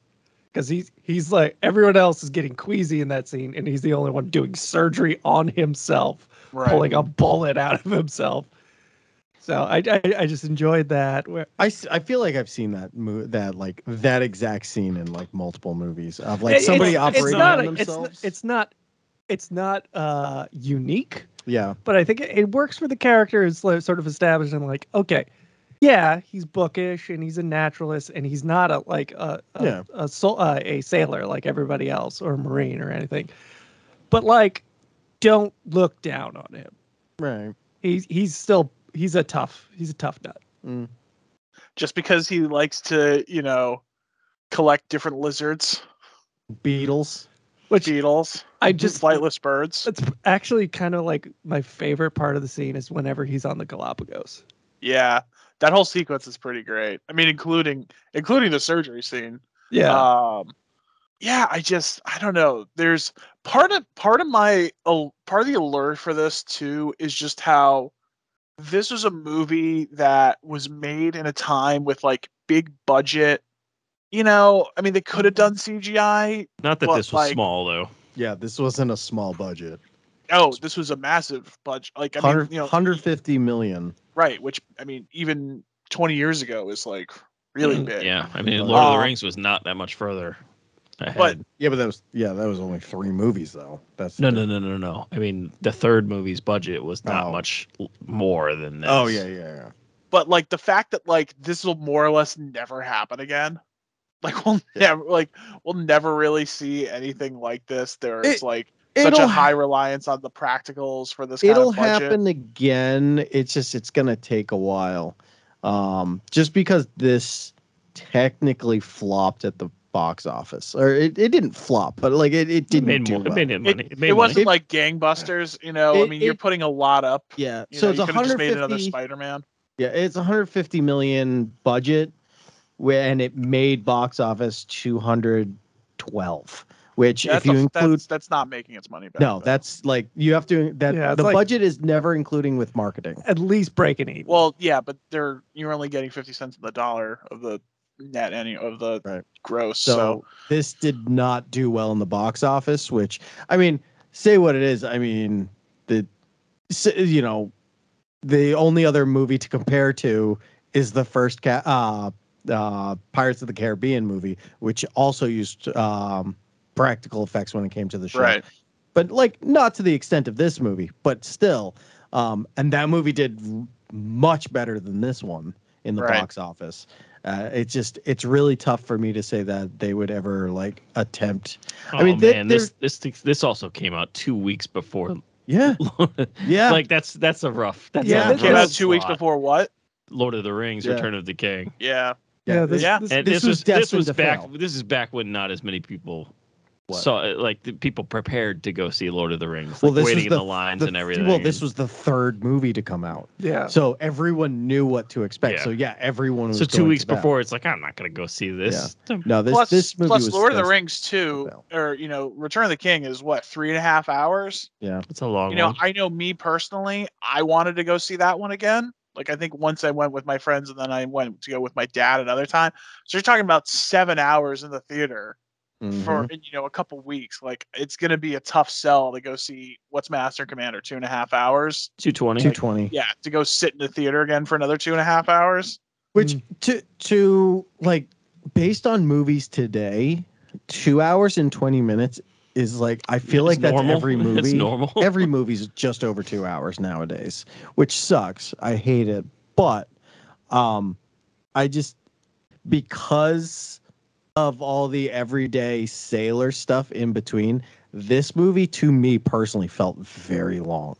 Speaker 3: Because he's he's like everyone else is getting queasy in that scene, and he's the only one doing surgery on himself,
Speaker 1: right.
Speaker 3: pulling a bullet out of himself. So I I, I just enjoyed that. Where
Speaker 4: I, s- I feel like I've seen that mo- that like that exact scene in like multiple movies of like
Speaker 3: It-
Speaker 4: somebody
Speaker 3: it's-
Speaker 4: operating
Speaker 3: it's not,
Speaker 4: on
Speaker 3: a- it's n-
Speaker 4: themselves.
Speaker 3: It's not it's not uh unique,
Speaker 4: yeah,
Speaker 3: but I think it, it works for the character. It's like, sort of established. I'm like, okay, yeah, he's bookish and he's a naturalist and he's not a like a a,
Speaker 4: Yeah.
Speaker 3: a, sol- uh, a sailor like everybody else or a marine or anything. But like, don't look down on him.
Speaker 4: right.
Speaker 3: He's he's still he's a tough he's a tough nut.
Speaker 4: Mm.
Speaker 1: Just because he likes to, you know, collect different lizards,
Speaker 4: Beatles.
Speaker 3: Which
Speaker 1: beetles,
Speaker 3: I just
Speaker 1: flightless birds.
Speaker 3: That's actually kind of like my favorite part of the scene is whenever he's on the Galapagos.
Speaker 1: Yeah, that whole sequence is pretty great. I mean, including including the surgery scene.
Speaker 3: Yeah.
Speaker 1: Um, yeah, I just I don't know. There's part of part of my al- part of the allure for this too is just how this was a movie that was made in a time with like big budget. You know, I mean, they could have done CGI.
Speaker 2: Not that
Speaker 1: But,
Speaker 2: this was
Speaker 1: like-
Speaker 2: small though.
Speaker 4: Yeah, this wasn't a small budget.
Speaker 1: Oh, this was a massive budget. Like, I mean,
Speaker 4: 100,
Speaker 1: you know,
Speaker 4: 150 million.
Speaker 1: right? Which I mean, even 20 years ago is like really big.
Speaker 2: Yeah, I mean,
Speaker 4: Uh,
Speaker 2: Lord of the Rings was not that much further. I
Speaker 1: But-
Speaker 2: had-
Speaker 4: Yeah, but that was yeah, that was only three movies though. That's
Speaker 2: no, no, no, no, no. I mean, the third movie's budget was not
Speaker 4: Oh.
Speaker 2: much l- more than this.
Speaker 4: Oh yeah, yeah, yeah.
Speaker 1: but like the fact that like this will more or less never happen again like we'll
Speaker 4: Yeah.
Speaker 1: never like we'll never really see anything like this there's
Speaker 4: It-
Speaker 1: like such a
Speaker 4: It'll-
Speaker 1: high reliance on the practicals for this kind
Speaker 4: it'll
Speaker 1: of budget.
Speaker 4: happen again it's just it's gonna take a while um just because this technically flopped at the box office or it, it didn't flop but like it, it
Speaker 2: It
Speaker 4: didn't
Speaker 2: made
Speaker 4: do
Speaker 2: more.
Speaker 4: well.
Speaker 2: It made it money. It, made
Speaker 1: it wasn't
Speaker 2: money.
Speaker 1: like gangbusters you know i
Speaker 4: It-
Speaker 1: mean you're
Speaker 4: it-
Speaker 1: putting a lot up
Speaker 4: yeah
Speaker 1: you
Speaker 4: so
Speaker 1: know,
Speaker 4: it's
Speaker 1: you could have just made another
Speaker 4: 150
Speaker 1: spider-man
Speaker 4: yeah it's 150 million budget wh- and it made box office 212 which
Speaker 1: that's,
Speaker 4: if you
Speaker 1: a-
Speaker 4: include
Speaker 1: that's, that's not making its money back
Speaker 4: no
Speaker 1: though.
Speaker 4: that's like you have to that
Speaker 3: Yeah, it's
Speaker 4: the
Speaker 3: like-
Speaker 4: budget is never including with marketing
Speaker 3: At least breaking even.
Speaker 1: well yeah but they're you're only getting 50 cents of the dollar of the net any of the
Speaker 4: Right.
Speaker 1: gross
Speaker 4: So,
Speaker 1: so
Speaker 4: this did not do well in the box office, which I mean, say what it is. I mean, the s- you know, the only other movie to compare to is the first ca- uh, uh, Pirates of the Caribbean movie, which also used um, practical effects when it came to the show.
Speaker 1: right
Speaker 4: But like not to the extent of this movie, but still, um, and that movie did r- much better than this one in the
Speaker 1: Right.
Speaker 4: box office. Uh, it's just it's really tough for me to say that they would ever like attempt.
Speaker 2: oh
Speaker 4: I mean, they-
Speaker 2: man, this this thing- this also came out two weeks before.
Speaker 4: Yeah, yeah,
Speaker 2: like that's that's a rough. That's
Speaker 3: Yeah,
Speaker 2: a
Speaker 3: this
Speaker 1: came
Speaker 2: rough
Speaker 1: out two weeks
Speaker 2: slot.
Speaker 1: before what
Speaker 2: Lord of the Rings:
Speaker 4: Yeah.
Speaker 2: Return of the King.
Speaker 1: yeah
Speaker 3: yeah, this,
Speaker 1: yeah,
Speaker 3: This,
Speaker 2: And
Speaker 4: this
Speaker 2: this,
Speaker 4: was
Speaker 2: was this
Speaker 4: destined
Speaker 2: was
Speaker 4: to
Speaker 2: back.
Speaker 4: fail.
Speaker 2: This is back when not as many people
Speaker 4: What?
Speaker 2: saw it. Like the people prepared to go see Lord of the Rings,
Speaker 4: Well,
Speaker 2: like
Speaker 4: this was
Speaker 2: waiting in
Speaker 4: the-
Speaker 2: the lines
Speaker 4: The-
Speaker 2: and everything. Oh.
Speaker 4: Well, this was the third movie to come out,
Speaker 3: yeah.
Speaker 4: so everyone knew what to expect.
Speaker 2: Yeah.
Speaker 4: So yeah, everyone was
Speaker 2: so two
Speaker 4: going
Speaker 2: weeks
Speaker 4: to that.
Speaker 2: before. It's like I'm not gonna go see this.
Speaker 4: No, this
Speaker 1: plus,
Speaker 4: this movie
Speaker 1: plus
Speaker 4: was
Speaker 1: Lord of the
Speaker 4: just-
Speaker 1: Rings two,
Speaker 4: about.
Speaker 1: or you know, Return of the King is what three and a half hours.
Speaker 2: It's a long
Speaker 1: You know,
Speaker 2: one.
Speaker 4: Uh-huh.
Speaker 1: I know me personally, I wanted to go see that one again. Like I think once I went with my friends, and then I went to go with my dad another time. So you're talking about seven hours in the theater for
Speaker 4: Mhm.
Speaker 1: you know a couple weeks. Like it's going to be a tough sell to go see what's Master and Commander two and a half hours.
Speaker 2: Two twenty.
Speaker 4: 220.
Speaker 1: Yeah, to go sit in the theater again for another two and a half hours.
Speaker 4: which to to like based on movies today two hours and 20 minutes is like i feel like that's every
Speaker 2: It's
Speaker 4: movie
Speaker 2: normal.
Speaker 4: every movie's just over two hours nowadays which sucks i hate it but um i just because of all the everyday sailor stuff in between this movie to me personally felt very long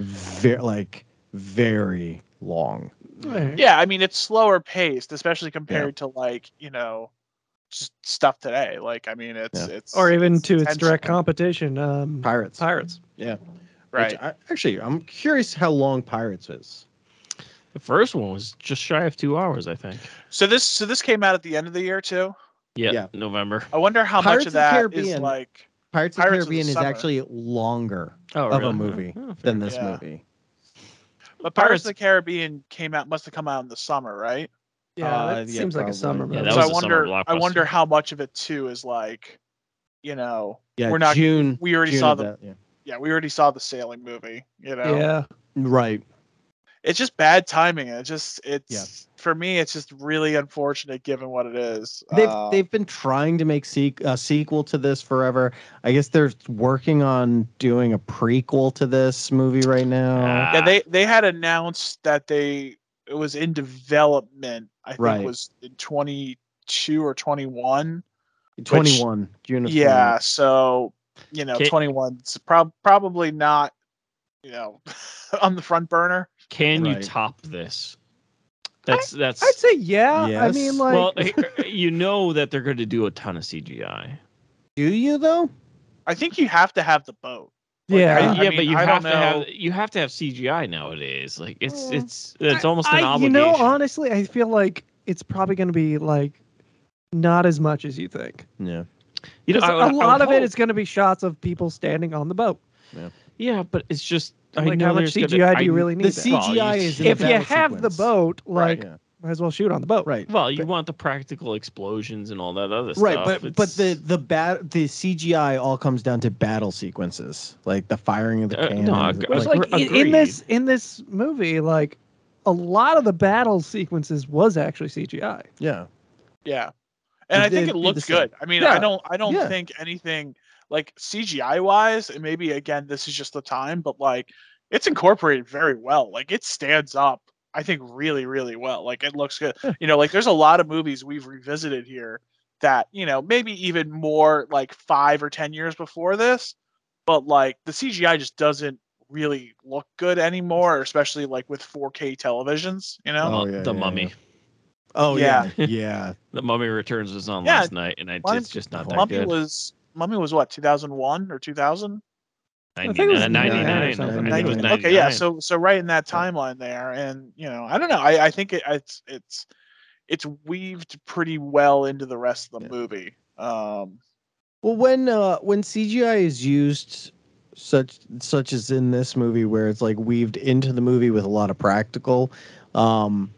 Speaker 4: very like very long
Speaker 3: Alright.
Speaker 1: Yeah, I mean it's slower paced, especially compared to like you know, just stuff today. Like I mean, it's it's
Speaker 3: Or even
Speaker 1: it's
Speaker 3: to its
Speaker 1: tense-
Speaker 3: direct competition, um,
Speaker 4: pirates
Speaker 3: Pirates.
Speaker 1: right?
Speaker 4: Which I, actually, I'm curious how long Pirates is.
Speaker 2: The first one was just shy of two hours, I think.
Speaker 1: so this so this came out at the end of the year too.
Speaker 2: Yeah,
Speaker 4: Yeah.
Speaker 2: November.
Speaker 1: I wonder how
Speaker 4: Pirates
Speaker 1: much
Speaker 4: of
Speaker 1: of
Speaker 4: the
Speaker 1: that is
Speaker 4: Caribbean.
Speaker 1: like
Speaker 4: Pirates of
Speaker 1: Pirates of
Speaker 4: the
Speaker 1: the
Speaker 4: Caribbean is
Speaker 1: Summer.
Speaker 4: actually longer
Speaker 2: Oh,
Speaker 4: Of a movie
Speaker 2: Oh, fair.
Speaker 4: than this
Speaker 1: Yeah.
Speaker 4: movie.
Speaker 1: but Pirates of the Caribbean came out must have come out in the summer, right?
Speaker 3: Yeah,
Speaker 4: Uh,
Speaker 3: that
Speaker 4: yeah,
Speaker 3: seems like a
Speaker 4: probably.
Speaker 3: summer movie.
Speaker 2: Yeah, that
Speaker 1: so
Speaker 2: was
Speaker 1: I
Speaker 2: a
Speaker 1: wonder
Speaker 2: summer
Speaker 1: I wonder
Speaker 2: blockbuster.
Speaker 1: how much of it too is like, you know,
Speaker 4: Yeah,
Speaker 1: We're not-
Speaker 4: June.
Speaker 1: we already
Speaker 4: June
Speaker 1: saw
Speaker 4: of
Speaker 1: the
Speaker 4: that, yeah.
Speaker 1: yeah we already saw the sailing movie. You know,
Speaker 3: yeah.
Speaker 4: Right.
Speaker 1: it's just bad timing. It just it's for me it's just really unfortunate given what it is.
Speaker 4: They've
Speaker 1: Uh,
Speaker 4: they've been trying to make sequ- a sequel to this forever. I guess they're working on doing a prequel to this movie right now.
Speaker 2: Ah.
Speaker 1: Yeah, they they had announced that they it was in development. I think
Speaker 4: Right.
Speaker 1: was in 22 or 21.
Speaker 4: 21 June of
Speaker 1: Yeah, so you know,
Speaker 2: Ca-
Speaker 1: 21's prob- probably not you know on the front burner.
Speaker 2: Can
Speaker 4: Right.
Speaker 2: you top this? That's that's.
Speaker 3: I'd say yeah. I mean,
Speaker 4: Yes.
Speaker 3: like,
Speaker 2: well, eh, you know that they're going to do a ton of CGI.
Speaker 4: 21. Do you though?
Speaker 1: I think you have to have the boat. like,
Speaker 3: yeah.
Speaker 1: I-
Speaker 2: yeah, but
Speaker 1: mean,
Speaker 2: you
Speaker 1: I
Speaker 2: have
Speaker 1: don't
Speaker 2: to
Speaker 1: know.
Speaker 2: have you have to have CGI nowadays. Like it's
Speaker 3: Mm.
Speaker 2: it's it's almost an
Speaker 3: I-
Speaker 2: obligation.
Speaker 3: You know, honestly, I feel like it's probably going to be like not as much as you think.
Speaker 4: Yeah.
Speaker 2: You know,
Speaker 3: 'Cause
Speaker 2: I would- I
Speaker 3: a
Speaker 2: would
Speaker 3: lot of
Speaker 2: hope-
Speaker 3: it is going to be shots of people standing on the boat.
Speaker 2: Yeah, but it's just I
Speaker 3: Like,
Speaker 2: know
Speaker 3: how much
Speaker 2: there's gonna-
Speaker 3: CGI do you
Speaker 2: I-
Speaker 3: really
Speaker 4: The
Speaker 3: need? that?
Speaker 2: Well, you-
Speaker 4: CGI is in
Speaker 3: if
Speaker 4: the
Speaker 3: you
Speaker 4: battle
Speaker 3: have the
Speaker 4: sequence.
Speaker 3: boat, like,
Speaker 4: Yeah.
Speaker 3: might as well shoot on the boat.
Speaker 4: Right.
Speaker 2: Well, you want the practical explosions and all that other
Speaker 4: right
Speaker 2: stuff.
Speaker 4: but but the
Speaker 2: It's-
Speaker 4: the bat the cgi all comes down to battle sequences like the firing of the
Speaker 2: Uh, no,
Speaker 4: cannon
Speaker 2: ag-
Speaker 3: Whereas,
Speaker 2: Like,
Speaker 3: like,
Speaker 2: we're
Speaker 3: in, in this in this movie, like a lot of the battle sequences was actually CGI.
Speaker 4: yeah
Speaker 1: Yeah. and I
Speaker 4: It'd-
Speaker 1: think
Speaker 4: it'd
Speaker 1: it
Speaker 4: be the
Speaker 1: looked
Speaker 4: same.
Speaker 1: good. I mean, I
Speaker 3: Yeah.
Speaker 1: don't, I don't
Speaker 4: Yeah.
Speaker 1: think anything like CGI wise, and maybe again, this is just the time, but like it's incorporated very well. Like it stands up, I think, really, really well. Like it looks good. You know, like there's a lot of movies we've revisited here that you know maybe even more like five or ten years before this, but like the CGI just doesn't really look good anymore, especially like with 4K televisions. You know,
Speaker 4: Oh,
Speaker 2: Oh,
Speaker 4: yeah,
Speaker 2: the
Speaker 4: yeah,
Speaker 2: mummy.
Speaker 4: yeah. Oh yeah,
Speaker 1: Yeah.
Speaker 4: yeah.
Speaker 2: The Mummy Returns was on
Speaker 1: Yeah,
Speaker 2: last night, and I,
Speaker 1: Mummy-
Speaker 2: it's just not that
Speaker 1: Mummy
Speaker 2: good.
Speaker 1: was Mummy was what 2001 or 2000.
Speaker 3: I think it was
Speaker 2: 99, 99,
Speaker 3: 99
Speaker 2: I think it was 99.
Speaker 1: Okay, yeah. So so right in that timeline there, and you know, I don't know. I, I think it, it's it's it's weaved pretty well into the rest of the
Speaker 4: Yeah.
Speaker 1: movie. Um,
Speaker 4: Well, when uh, when CGI is used such such as in this movie, where it's like weaved into the movie with a lot of practical, um,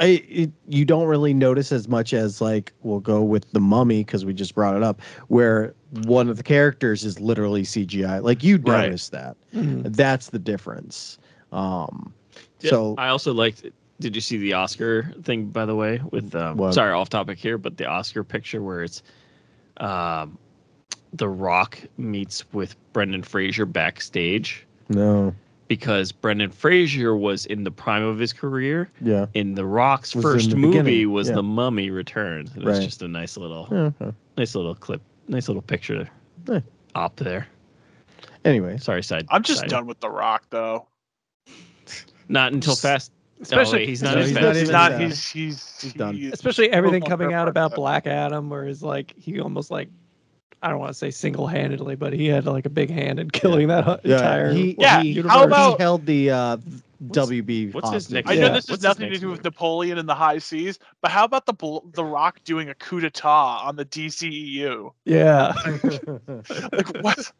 Speaker 4: I it, you don't really notice as much as like we'll go with the mummy because we just brought it up, where one of the characters is literally CGI. Like you
Speaker 2: Right.
Speaker 4: notice that. That's the difference. Um,
Speaker 2: Yeah,
Speaker 4: so
Speaker 2: I also liked. Did you see the Oscar thing, by the way? With um,
Speaker 4: What?
Speaker 2: sorry, off topic here, but the Oscar picture where it's, um, The Rock meets with Brendan Fraser backstage
Speaker 4: no,
Speaker 2: because Brendan Fraser was in the prime of his career,
Speaker 4: yeah,
Speaker 2: and The Rock's
Speaker 4: Was in
Speaker 2: first
Speaker 4: the
Speaker 2: movie
Speaker 4: beginning,
Speaker 2: was
Speaker 4: yeah.
Speaker 2: The Mummy Returns. And It was
Speaker 4: Right.
Speaker 2: just a nice little,
Speaker 4: yeah. okay.
Speaker 2: nice little clip, nice little picture.
Speaker 4: Yeah.
Speaker 2: Op there.
Speaker 4: Anyway,
Speaker 2: Sorry, side.
Speaker 1: I'm just
Speaker 2: side.
Speaker 1: done with The Rock, though.
Speaker 2: Not until
Speaker 3: Just-
Speaker 2: Fast.
Speaker 3: especially- uh,
Speaker 2: oh, wait, he's not.
Speaker 4: No,
Speaker 2: in
Speaker 4: he's
Speaker 2: Fast
Speaker 4: not
Speaker 1: he's
Speaker 4: even-
Speaker 1: not.
Speaker 4: yeah.
Speaker 1: He's he's,
Speaker 4: He's done.
Speaker 1: he's-
Speaker 3: Especially everything
Speaker 1: Pokemon
Speaker 3: coming out
Speaker 1: Purple,
Speaker 3: about
Speaker 1: yeah.
Speaker 3: Black Adam, where it's like he almost like I don't want to say single handedly, but he had like a big hand in killing that hu-
Speaker 4: Yeah,
Speaker 3: entire.
Speaker 4: he-
Speaker 1: yeah,
Speaker 3: universe.
Speaker 1: how about-
Speaker 4: he held the uh, WB.
Speaker 2: what's his
Speaker 4: hostage.
Speaker 2: next-
Speaker 1: I know
Speaker 3: Yeah.
Speaker 1: this
Speaker 2: What's
Speaker 1: has
Speaker 2: his
Speaker 1: nothing to
Speaker 2: next
Speaker 1: do with
Speaker 2: move?
Speaker 1: Napoleon and the high seas, but how about the Bl- the Rock doing a coup d'état on the E DCEU?
Speaker 3: yeah?
Speaker 1: Like what?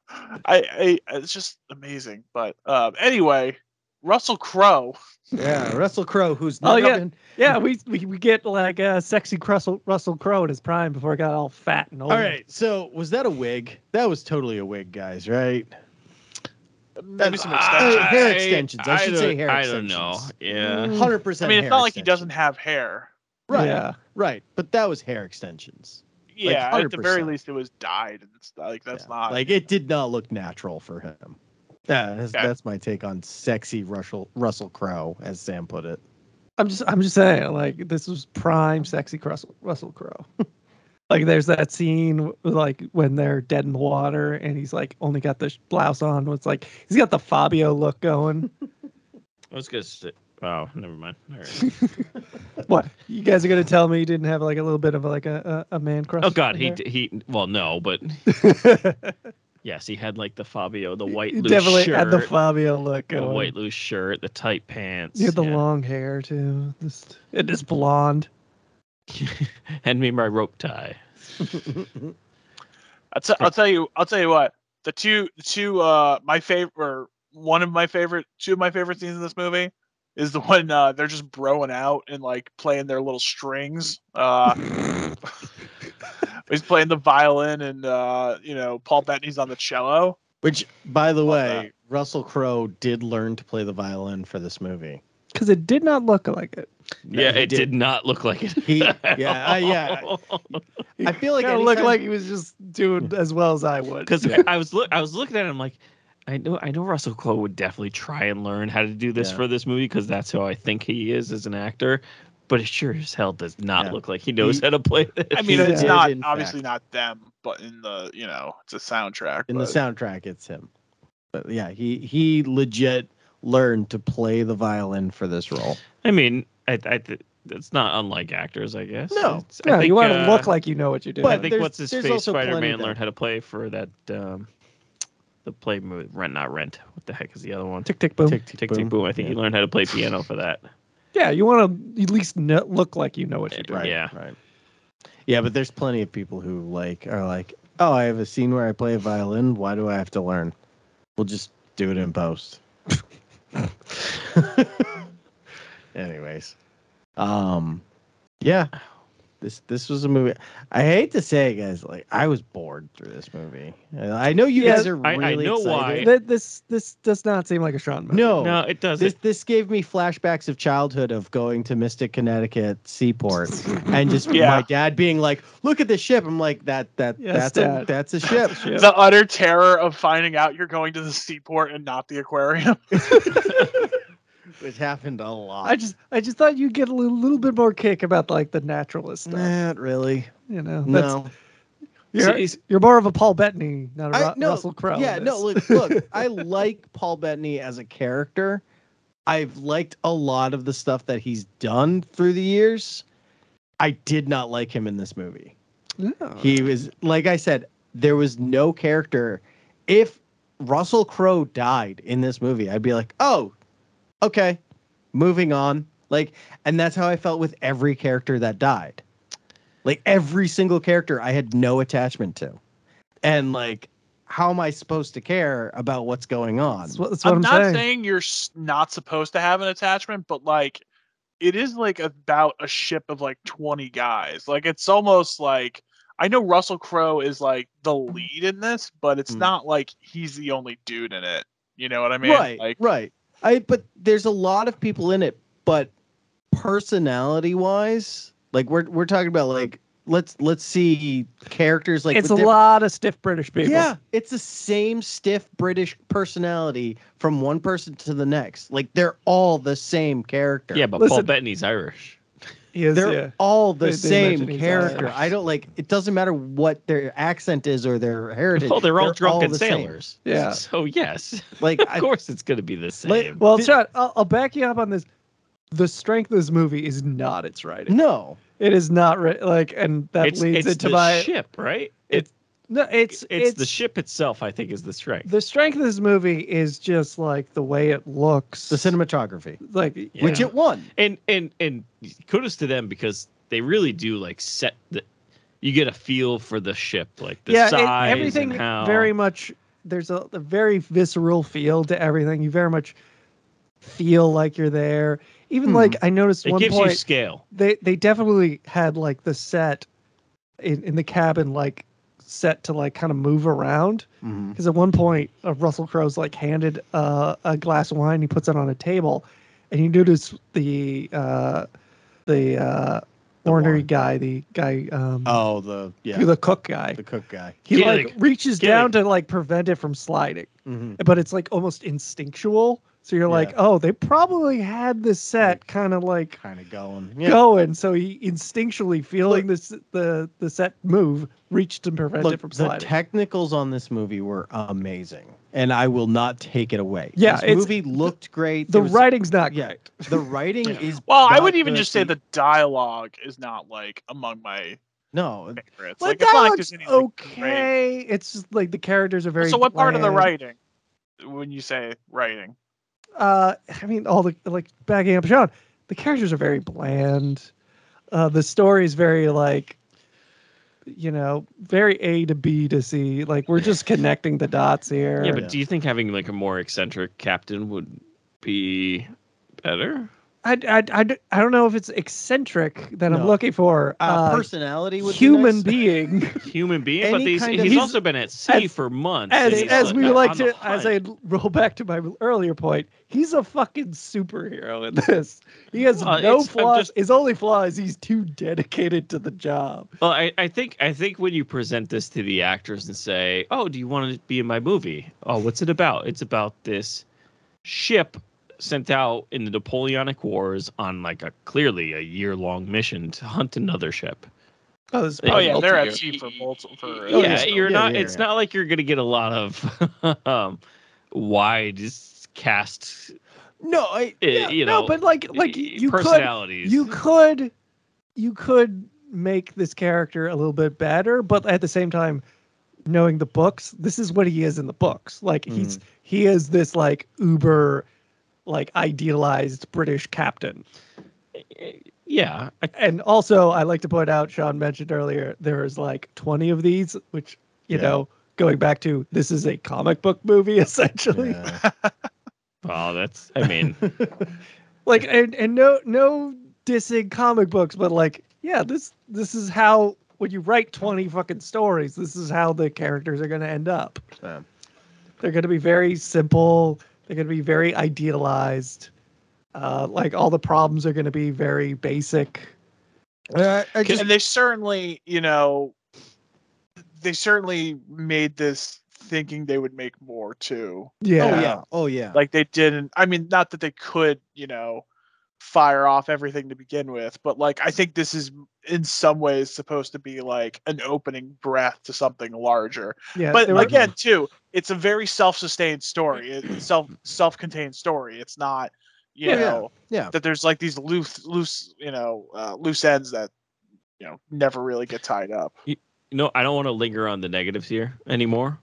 Speaker 1: I, I it's just amazing. But um, anyway, Russell Crowe.
Speaker 4: Yeah, Russell Crowe, who's
Speaker 3: Oh,
Speaker 4: never
Speaker 3: yeah.
Speaker 4: been.
Speaker 3: Yeah, we, we we get like uh, sexy Russell Russell Crowe in his prime before he got all fat and old.
Speaker 4: All right, so was that a wig? That was totally a wig, guys, right?
Speaker 1: Maybe some
Speaker 4: Ah,
Speaker 1: extensions.
Speaker 4: hair extensions. I should
Speaker 2: don't-
Speaker 4: say hair
Speaker 2: I don't know.
Speaker 4: extensions.
Speaker 2: Yeah.
Speaker 4: Hundred percent.
Speaker 1: I mean, it's not like he doesn't have hair.
Speaker 4: Right,
Speaker 3: Yeah.
Speaker 4: right, but that was hair extensions. Like,
Speaker 1: Yeah, at the very
Speaker 4: 100%.
Speaker 1: least, it was dyed and stuff. Like that's
Speaker 4: Yeah.
Speaker 1: not
Speaker 4: like it did not look natural for him. Yeah, that's,
Speaker 1: Okay.
Speaker 4: that's my take on sexy Russell Russell Crowe, as Sam put it.
Speaker 3: I'm just I'm just saying like this was prime sexy Russell Russell Crowe. like there's that scene like when they're dead in the water and he's like only got the sh- blouse on. It's like he's got the Fabio look going.
Speaker 2: I was gonna say. Oh, never mind. All right.
Speaker 3: what you guys are gonna tell me you didn't have like a little bit of like a a, a man crush?
Speaker 2: Oh God,
Speaker 3: in
Speaker 2: he
Speaker 3: there?
Speaker 2: d- he. Well, no, but yes, he had like the Fabio, the white
Speaker 3: You
Speaker 2: loose
Speaker 3: definitely
Speaker 2: shirt,
Speaker 3: had the Fabio look
Speaker 2: the
Speaker 3: going.
Speaker 2: white loose shirt, the tight pants.
Speaker 3: you had the
Speaker 2: yeah.
Speaker 3: long hair too. Just it is blonde.
Speaker 2: Hand me my rope tie.
Speaker 1: I'll, t- I'll tell you. I'll tell you what. The two, the two, uh, my favorite, or one of my favorite, two of my favorite scenes in this movie is the one uh, they're just broing out and like playing their little strings. Uh, he's playing the violin, and uh, you know Paul Bettany's on the cello.
Speaker 4: Which, by the
Speaker 1: Love
Speaker 4: way, Russell Crowe did learn to play the violin for this movie.
Speaker 3: Because it did not look like it.
Speaker 4: No,
Speaker 2: yeah,
Speaker 4: he
Speaker 2: it did. not look like it.
Speaker 4: He-
Speaker 2: at
Speaker 4: yeah, I- yeah.
Speaker 2: all.
Speaker 4: I feel like
Speaker 3: Kinda looked
Speaker 4: anytime-
Speaker 3: like he was just doing as well as I would.
Speaker 2: Because I was look, I was looking at him like, I know, I know Russell Crowe would definitely try and learn how to do this
Speaker 4: Yeah.
Speaker 2: for this movie because that's how I think he is as an actor. But it sure as hell does not
Speaker 4: Yeah.
Speaker 2: look like he knows
Speaker 4: He-
Speaker 2: how to play this.
Speaker 1: I mean,
Speaker 4: He
Speaker 1: it's
Speaker 3: did,
Speaker 1: not
Speaker 4: in
Speaker 1: obviously not
Speaker 4: fact.
Speaker 1: them, but in the you know it's a soundtrack.
Speaker 4: in the
Speaker 1: but-
Speaker 4: soundtrack it's him but yeah he he legit learned to play the violin for this role
Speaker 2: I mean, I, I th- it's not unlike actors, I guess.
Speaker 4: No.
Speaker 2: It's- I
Speaker 3: no, you want to
Speaker 2: uh,
Speaker 3: look like you know what you're doing.
Speaker 2: I
Speaker 4: but
Speaker 2: think
Speaker 4: there's-
Speaker 2: what's his
Speaker 4: there's
Speaker 2: face
Speaker 4: also plenty
Speaker 2: Spider Man
Speaker 4: that-
Speaker 2: learned how to play for that um, the play movie Rent Not Rent. What the heck is the other one?
Speaker 3: tick tick boom.
Speaker 4: tick tick,
Speaker 2: Tick Tick Boom. I think
Speaker 4: Yeah.
Speaker 2: he learned how to play piano for that.
Speaker 3: Yeah, you want to at least kn- look like you know what you're doing.
Speaker 4: right
Speaker 2: Yeah.
Speaker 4: right yeah but there's plenty of people who like are like oh i have a scene where i play a violin why do i have to learn we'll just do it in post anyways um yeah This this was a movie. I hate to say, it, guys, like I was bored through this movie. And I know you
Speaker 3: Yeah,
Speaker 4: guys are
Speaker 2: I- I
Speaker 4: really
Speaker 2: know
Speaker 4: excited.
Speaker 2: why.
Speaker 3: Th- this this does not seem like a Sean movie.
Speaker 4: No,
Speaker 2: No, it doesn't.
Speaker 4: Oh. this this gave me flashbacks of childhood of going to Mystic, Connecticut seaport, and just
Speaker 1: Yeah.
Speaker 4: my dad being like, "Look at this ship." I'm like, "That that
Speaker 3: Yes,
Speaker 4: that's a,
Speaker 3: Dad.
Speaker 4: that's a ship."
Speaker 3: Shit.
Speaker 1: The utter terror of finding out you're going to the seaport and not the aquarium.
Speaker 4: Which happened a lot.
Speaker 3: I just I just thought you'd get a little, little bit more kick about like the naturalist stuff.
Speaker 4: not really.
Speaker 3: You know, that's,
Speaker 4: No.
Speaker 2: So
Speaker 3: you're,
Speaker 2: is-
Speaker 3: you're more of a Paul Bettany, not a
Speaker 4: I-
Speaker 3: Ru-
Speaker 4: no,
Speaker 3: Russell Crowe.
Speaker 4: yeah,
Speaker 3: in
Speaker 4: no,
Speaker 3: this.
Speaker 4: look, look, I like Paul Bettany as a character. I've liked a lot of the stuff that he's done through the years. I did not like him in this movie.
Speaker 3: Yeah.
Speaker 4: He was, like I said, there was no character. If Russell Crowe died in this movie, I'd be like, oh, okay, moving on. Like, and that's how I felt with every character that died. Like, every single character I had no attachment to. And, like, how am I supposed to care about what's going on?
Speaker 3: that's what, that's what
Speaker 1: I'm,
Speaker 3: I'm,
Speaker 1: not saying.
Speaker 3: saying.
Speaker 1: you're s- not supposed to have an attachment, but like it is like about a ship of like 20 guys. Like it's almost like I know Russell Crowe is like the lead in this, but
Speaker 3: Hmm.
Speaker 1: it's
Speaker 4: Mm.
Speaker 1: not like he's the only dude in it. You know what I mean?
Speaker 4: right,
Speaker 1: Like
Speaker 4: right. I but there's a lot of people in it, but personality wise, like we're we're talking about like let's let's see characters like
Speaker 3: it's a
Speaker 4: with different-
Speaker 3: lot of stiff British people.
Speaker 4: Yeah, it's the same stiff British personality from one person to the next. Like they're all the same character.
Speaker 2: yeah, but Paul
Speaker 3: Listen.
Speaker 2: Bettany's Irish.
Speaker 3: he is.
Speaker 4: they're
Speaker 3: Yeah.
Speaker 4: all the
Speaker 3: They- they
Speaker 4: same
Speaker 3: mention he's
Speaker 4: character.
Speaker 3: Irish.
Speaker 4: I don't like. It doesn't matter what their accent is or their heritage.
Speaker 2: Well, Oh, they're all drunken
Speaker 4: the same.
Speaker 2: sailors.
Speaker 3: Yeah.
Speaker 2: So yes,
Speaker 4: Like
Speaker 2: of
Speaker 4: I,
Speaker 2: course it's going to be the
Speaker 4: Like-
Speaker 2: same.
Speaker 3: Well,
Speaker 4: Did-
Speaker 3: Chad, I'll, I'll back you up on this. The strength of this movie is not its writing.
Speaker 4: no,
Speaker 3: It is not ri- like, and that
Speaker 2: it's,
Speaker 3: leads
Speaker 2: it's
Speaker 3: into
Speaker 2: the
Speaker 3: my.
Speaker 2: ship, right?
Speaker 3: It's- no, it's
Speaker 2: it's, the ship itself. I think is the strength.
Speaker 3: The strength of this movie is just like the way it looks.
Speaker 4: the cinematography,
Speaker 3: like
Speaker 4: which
Speaker 2: Yeah.
Speaker 4: it won.
Speaker 2: and and and kudos to them because they really do like set the. You get a feel for the ship, like the
Speaker 3: yeah, it-
Speaker 2: size
Speaker 3: everything
Speaker 2: and how.
Speaker 3: very much. There's a, a very visceral feel to everything. You very much feel like you're there. Even
Speaker 4: Hmm.
Speaker 3: like I noticed
Speaker 2: it
Speaker 3: one
Speaker 2: gives
Speaker 3: point
Speaker 2: you scale.
Speaker 3: they they definitely had like the set in, in the cabin like set to like kind of move around
Speaker 2: Mm-hmm.
Speaker 3: because at one point uh, russell crowe's like handed uh, a glass of wine he puts it on a table and you notice the uh the uh
Speaker 4: The
Speaker 3: ornery
Speaker 4: wine.
Speaker 3: guy the guy um
Speaker 4: Oh, the yeah,
Speaker 3: the cook guy
Speaker 4: the cook guy.
Speaker 3: he
Speaker 2: Gillig.
Speaker 3: like reaches
Speaker 2: Gillig.
Speaker 3: down to like prevent it from sliding
Speaker 4: Mm-hmm.
Speaker 3: but it's like almost instinctual so you're like
Speaker 4: Yeah.
Speaker 3: oh they probably had this set kind of like
Speaker 4: Kind of going.
Speaker 3: going. So he instinctually feeling
Speaker 4: Look-
Speaker 3: this the the set move reached and prevented
Speaker 4: Look,
Speaker 3: it from
Speaker 4: the
Speaker 3: sliding.
Speaker 4: technicals on this movie were amazing, and I will not take it away.
Speaker 3: Yeah,
Speaker 4: this
Speaker 3: it's-
Speaker 4: movie looked great.
Speaker 3: the
Speaker 4: There was-
Speaker 3: writing's not
Speaker 4: yeah,
Speaker 3: great.
Speaker 4: the writing is.
Speaker 1: well, I
Speaker 4: not
Speaker 1: would even
Speaker 4: good.
Speaker 1: just say the dialogue is not like among my
Speaker 4: no.
Speaker 1: favorites.
Speaker 3: Well,
Speaker 1: like
Speaker 3: the
Speaker 1: it's not like
Speaker 3: dialogue's
Speaker 1: there's any, like, great-
Speaker 3: okay. It's just like the characters are very.
Speaker 1: so what part of the
Speaker 3: bland.
Speaker 1: writing when you say writing?
Speaker 3: Uh, I mean, all the like backing up Sean. The characters are very bland. Uh, the story is very like, you know, very A to B to C. Like we're just connecting the dots here.
Speaker 2: Yeah, but
Speaker 4: Yeah.
Speaker 2: do you think having like a more eccentric captain would be better?
Speaker 3: I, I, I, I don't know if it's eccentric that I'm
Speaker 4: No.
Speaker 3: looking for.
Speaker 4: Uh,
Speaker 3: Uh,
Speaker 4: personality would
Speaker 3: human
Speaker 4: be nice.
Speaker 3: being
Speaker 2: Human being,
Speaker 4: Any
Speaker 2: but he's,
Speaker 4: kind of-
Speaker 2: he's
Speaker 4: he's-
Speaker 2: also been at sea
Speaker 3: as-
Speaker 2: for months. and
Speaker 3: as
Speaker 2: he's,
Speaker 3: as we like
Speaker 2: on the
Speaker 3: to as I
Speaker 2: hunt.
Speaker 3: roll back to my earlier point he's a fucking superhero in this he has
Speaker 2: Uh,
Speaker 3: no
Speaker 2: it's- I'm
Speaker 3: flaws
Speaker 2: just-
Speaker 3: his only flaw is he's too dedicated to the job
Speaker 2: Well, I, I think I think when you present this to the actors and say, "Oh, do you want to be in my movie? Oh, what's it about? It's about this ship sent out in the Napoleonic Wars on like a clearly a year long mission to hunt another ship."
Speaker 3: oh, this
Speaker 1: Oh yeah, they're at
Speaker 2: multi-year.
Speaker 1: sea for multiple. For, oh,
Speaker 2: yeah,
Speaker 4: yeah.
Speaker 2: you're
Speaker 4: Yeah,
Speaker 2: not.
Speaker 4: yeah,
Speaker 2: it's
Speaker 4: yeah.
Speaker 2: not like you're gonna get a lot of um, wide cast.
Speaker 4: No, I.
Speaker 2: uh, you
Speaker 3: no
Speaker 2: know,
Speaker 3: but like like
Speaker 2: uh,
Speaker 3: you could
Speaker 2: personalities.
Speaker 3: you could you could make this character a little bit better but at the same time knowing the books this is what he is in the books like he's he is this like uber like idealized british captain
Speaker 2: yeah, I-
Speaker 3: And also, I like to point out, Sean mentioned earlier, there is like 20 of these, which, you
Speaker 4: Yeah.
Speaker 3: know, going back to this is a comic book movie, essentially.
Speaker 4: Yeah.
Speaker 2: well, that's. I mean,
Speaker 3: Like, and, and no, no dissing comic books, but like, yeah, this this is how when you write twenty fucking stories, this is how the characters are gonna end up.
Speaker 4: Um,
Speaker 3: They're gonna be very simple. They're gonna be very idealized. Uh, like all the problems are gonna be very basic.
Speaker 4: I, I just
Speaker 1: and they certainly, you know, they certainly made this thinking they would make more too.
Speaker 3: Yeah.
Speaker 4: Oh yeah. Oh yeah.
Speaker 1: Like they didn't. I mean, not that they could, you know, fire off everything to begin with, but like I think this is in some ways supposed to be like an opening breath to something larger.
Speaker 3: yeah.
Speaker 1: But
Speaker 3: they were-
Speaker 1: again, too, it's a very self-sustained story. It's self self-contained story. It's not, you
Speaker 3: Yeah, yeah,
Speaker 1: know,
Speaker 4: yeah.
Speaker 1: that there's like these loose loose, you know, uh, loose ends that you know never really get tied up.
Speaker 2: no, I don't want to linger on the negatives here anymore.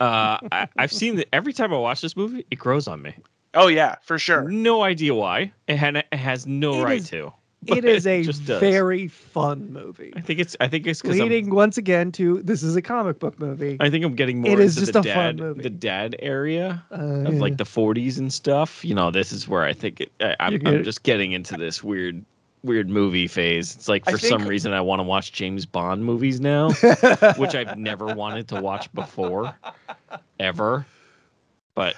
Speaker 2: Uh, I, I've seen that every time I watch this movie, it grows on me.
Speaker 1: Oh yeah, for sure.
Speaker 2: No idea why. It, had, it has no
Speaker 3: It
Speaker 2: right
Speaker 3: is-
Speaker 2: to.
Speaker 3: it is
Speaker 2: it
Speaker 3: a
Speaker 2: just does.
Speaker 3: very fun movie.
Speaker 2: I think it's. I think it's because
Speaker 3: Leading once again to this is a comic book movie.
Speaker 2: I think I'm getting more
Speaker 3: It is
Speaker 2: into
Speaker 3: just
Speaker 2: the
Speaker 3: a fun
Speaker 2: dad,
Speaker 3: movie.
Speaker 2: the dad area
Speaker 3: Uh,
Speaker 2: of
Speaker 3: yeah.
Speaker 2: like the 40s and stuff. You know, this is where I think it, I, I'm,
Speaker 3: You're
Speaker 2: I'm
Speaker 3: good.
Speaker 2: just getting into this weird, weird movie phase. It's like
Speaker 1: I
Speaker 2: for some
Speaker 1: think-
Speaker 2: reason I want to watch James Bond movies now, which I've never wanted to watch before, ever. But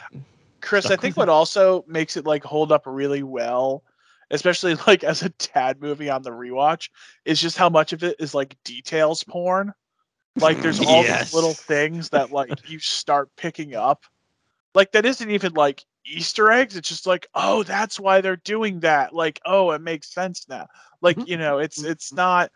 Speaker 1: Chris, I
Speaker 2: Stuck
Speaker 1: think
Speaker 2: with
Speaker 1: what also makes it like hold up really well, especially like as a dad movie on the rewatch, is just how much of it is like details porn. Like there's all
Speaker 2: Mm, Yes.
Speaker 1: these little things that like you start picking up. Like that isn't even like Easter eggs. It's just like, oh, that's why they're doing that. Like, oh, it makes sense now. Like,
Speaker 2: Mm-hmm.
Speaker 1: you know, it's it's not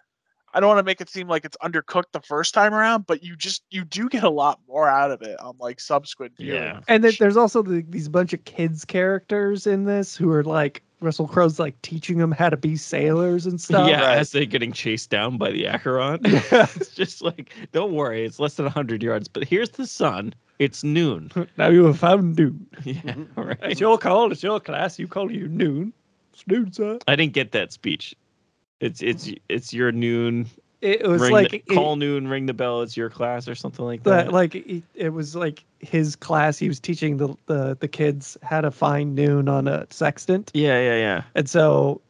Speaker 1: I don't want to make it seem like it's undercooked the first time around, but you just you do get a lot more out of it on like subsequent viewing.
Speaker 2: Yeah.
Speaker 3: And then there's also the, these bunch of kids characters in this who are like Russell Crowe's like teaching them how to be sailors and stuff.
Speaker 2: yeah,
Speaker 1: right.
Speaker 2: as they're getting chased down by the Acheron, it's just like, don't worry, it's less than 100 yards. But here's the sun. It's noon.
Speaker 3: Now you have found noon.
Speaker 2: Yeah,
Speaker 1: Mm-hmm.
Speaker 2: all right.
Speaker 3: It's your call. It's your class. You call you noon. It's noon, sir.
Speaker 2: I didn't get that speech. It's it's it's your noon.
Speaker 3: It was
Speaker 2: ring
Speaker 3: like
Speaker 2: the,
Speaker 3: it-
Speaker 2: call noon, ring the bell. It's your class or something like that.
Speaker 3: that, like it, it was like his class. He was teaching the, the the kids how to find noon on a sextant,
Speaker 2: yeah, yeah, yeah.
Speaker 3: and so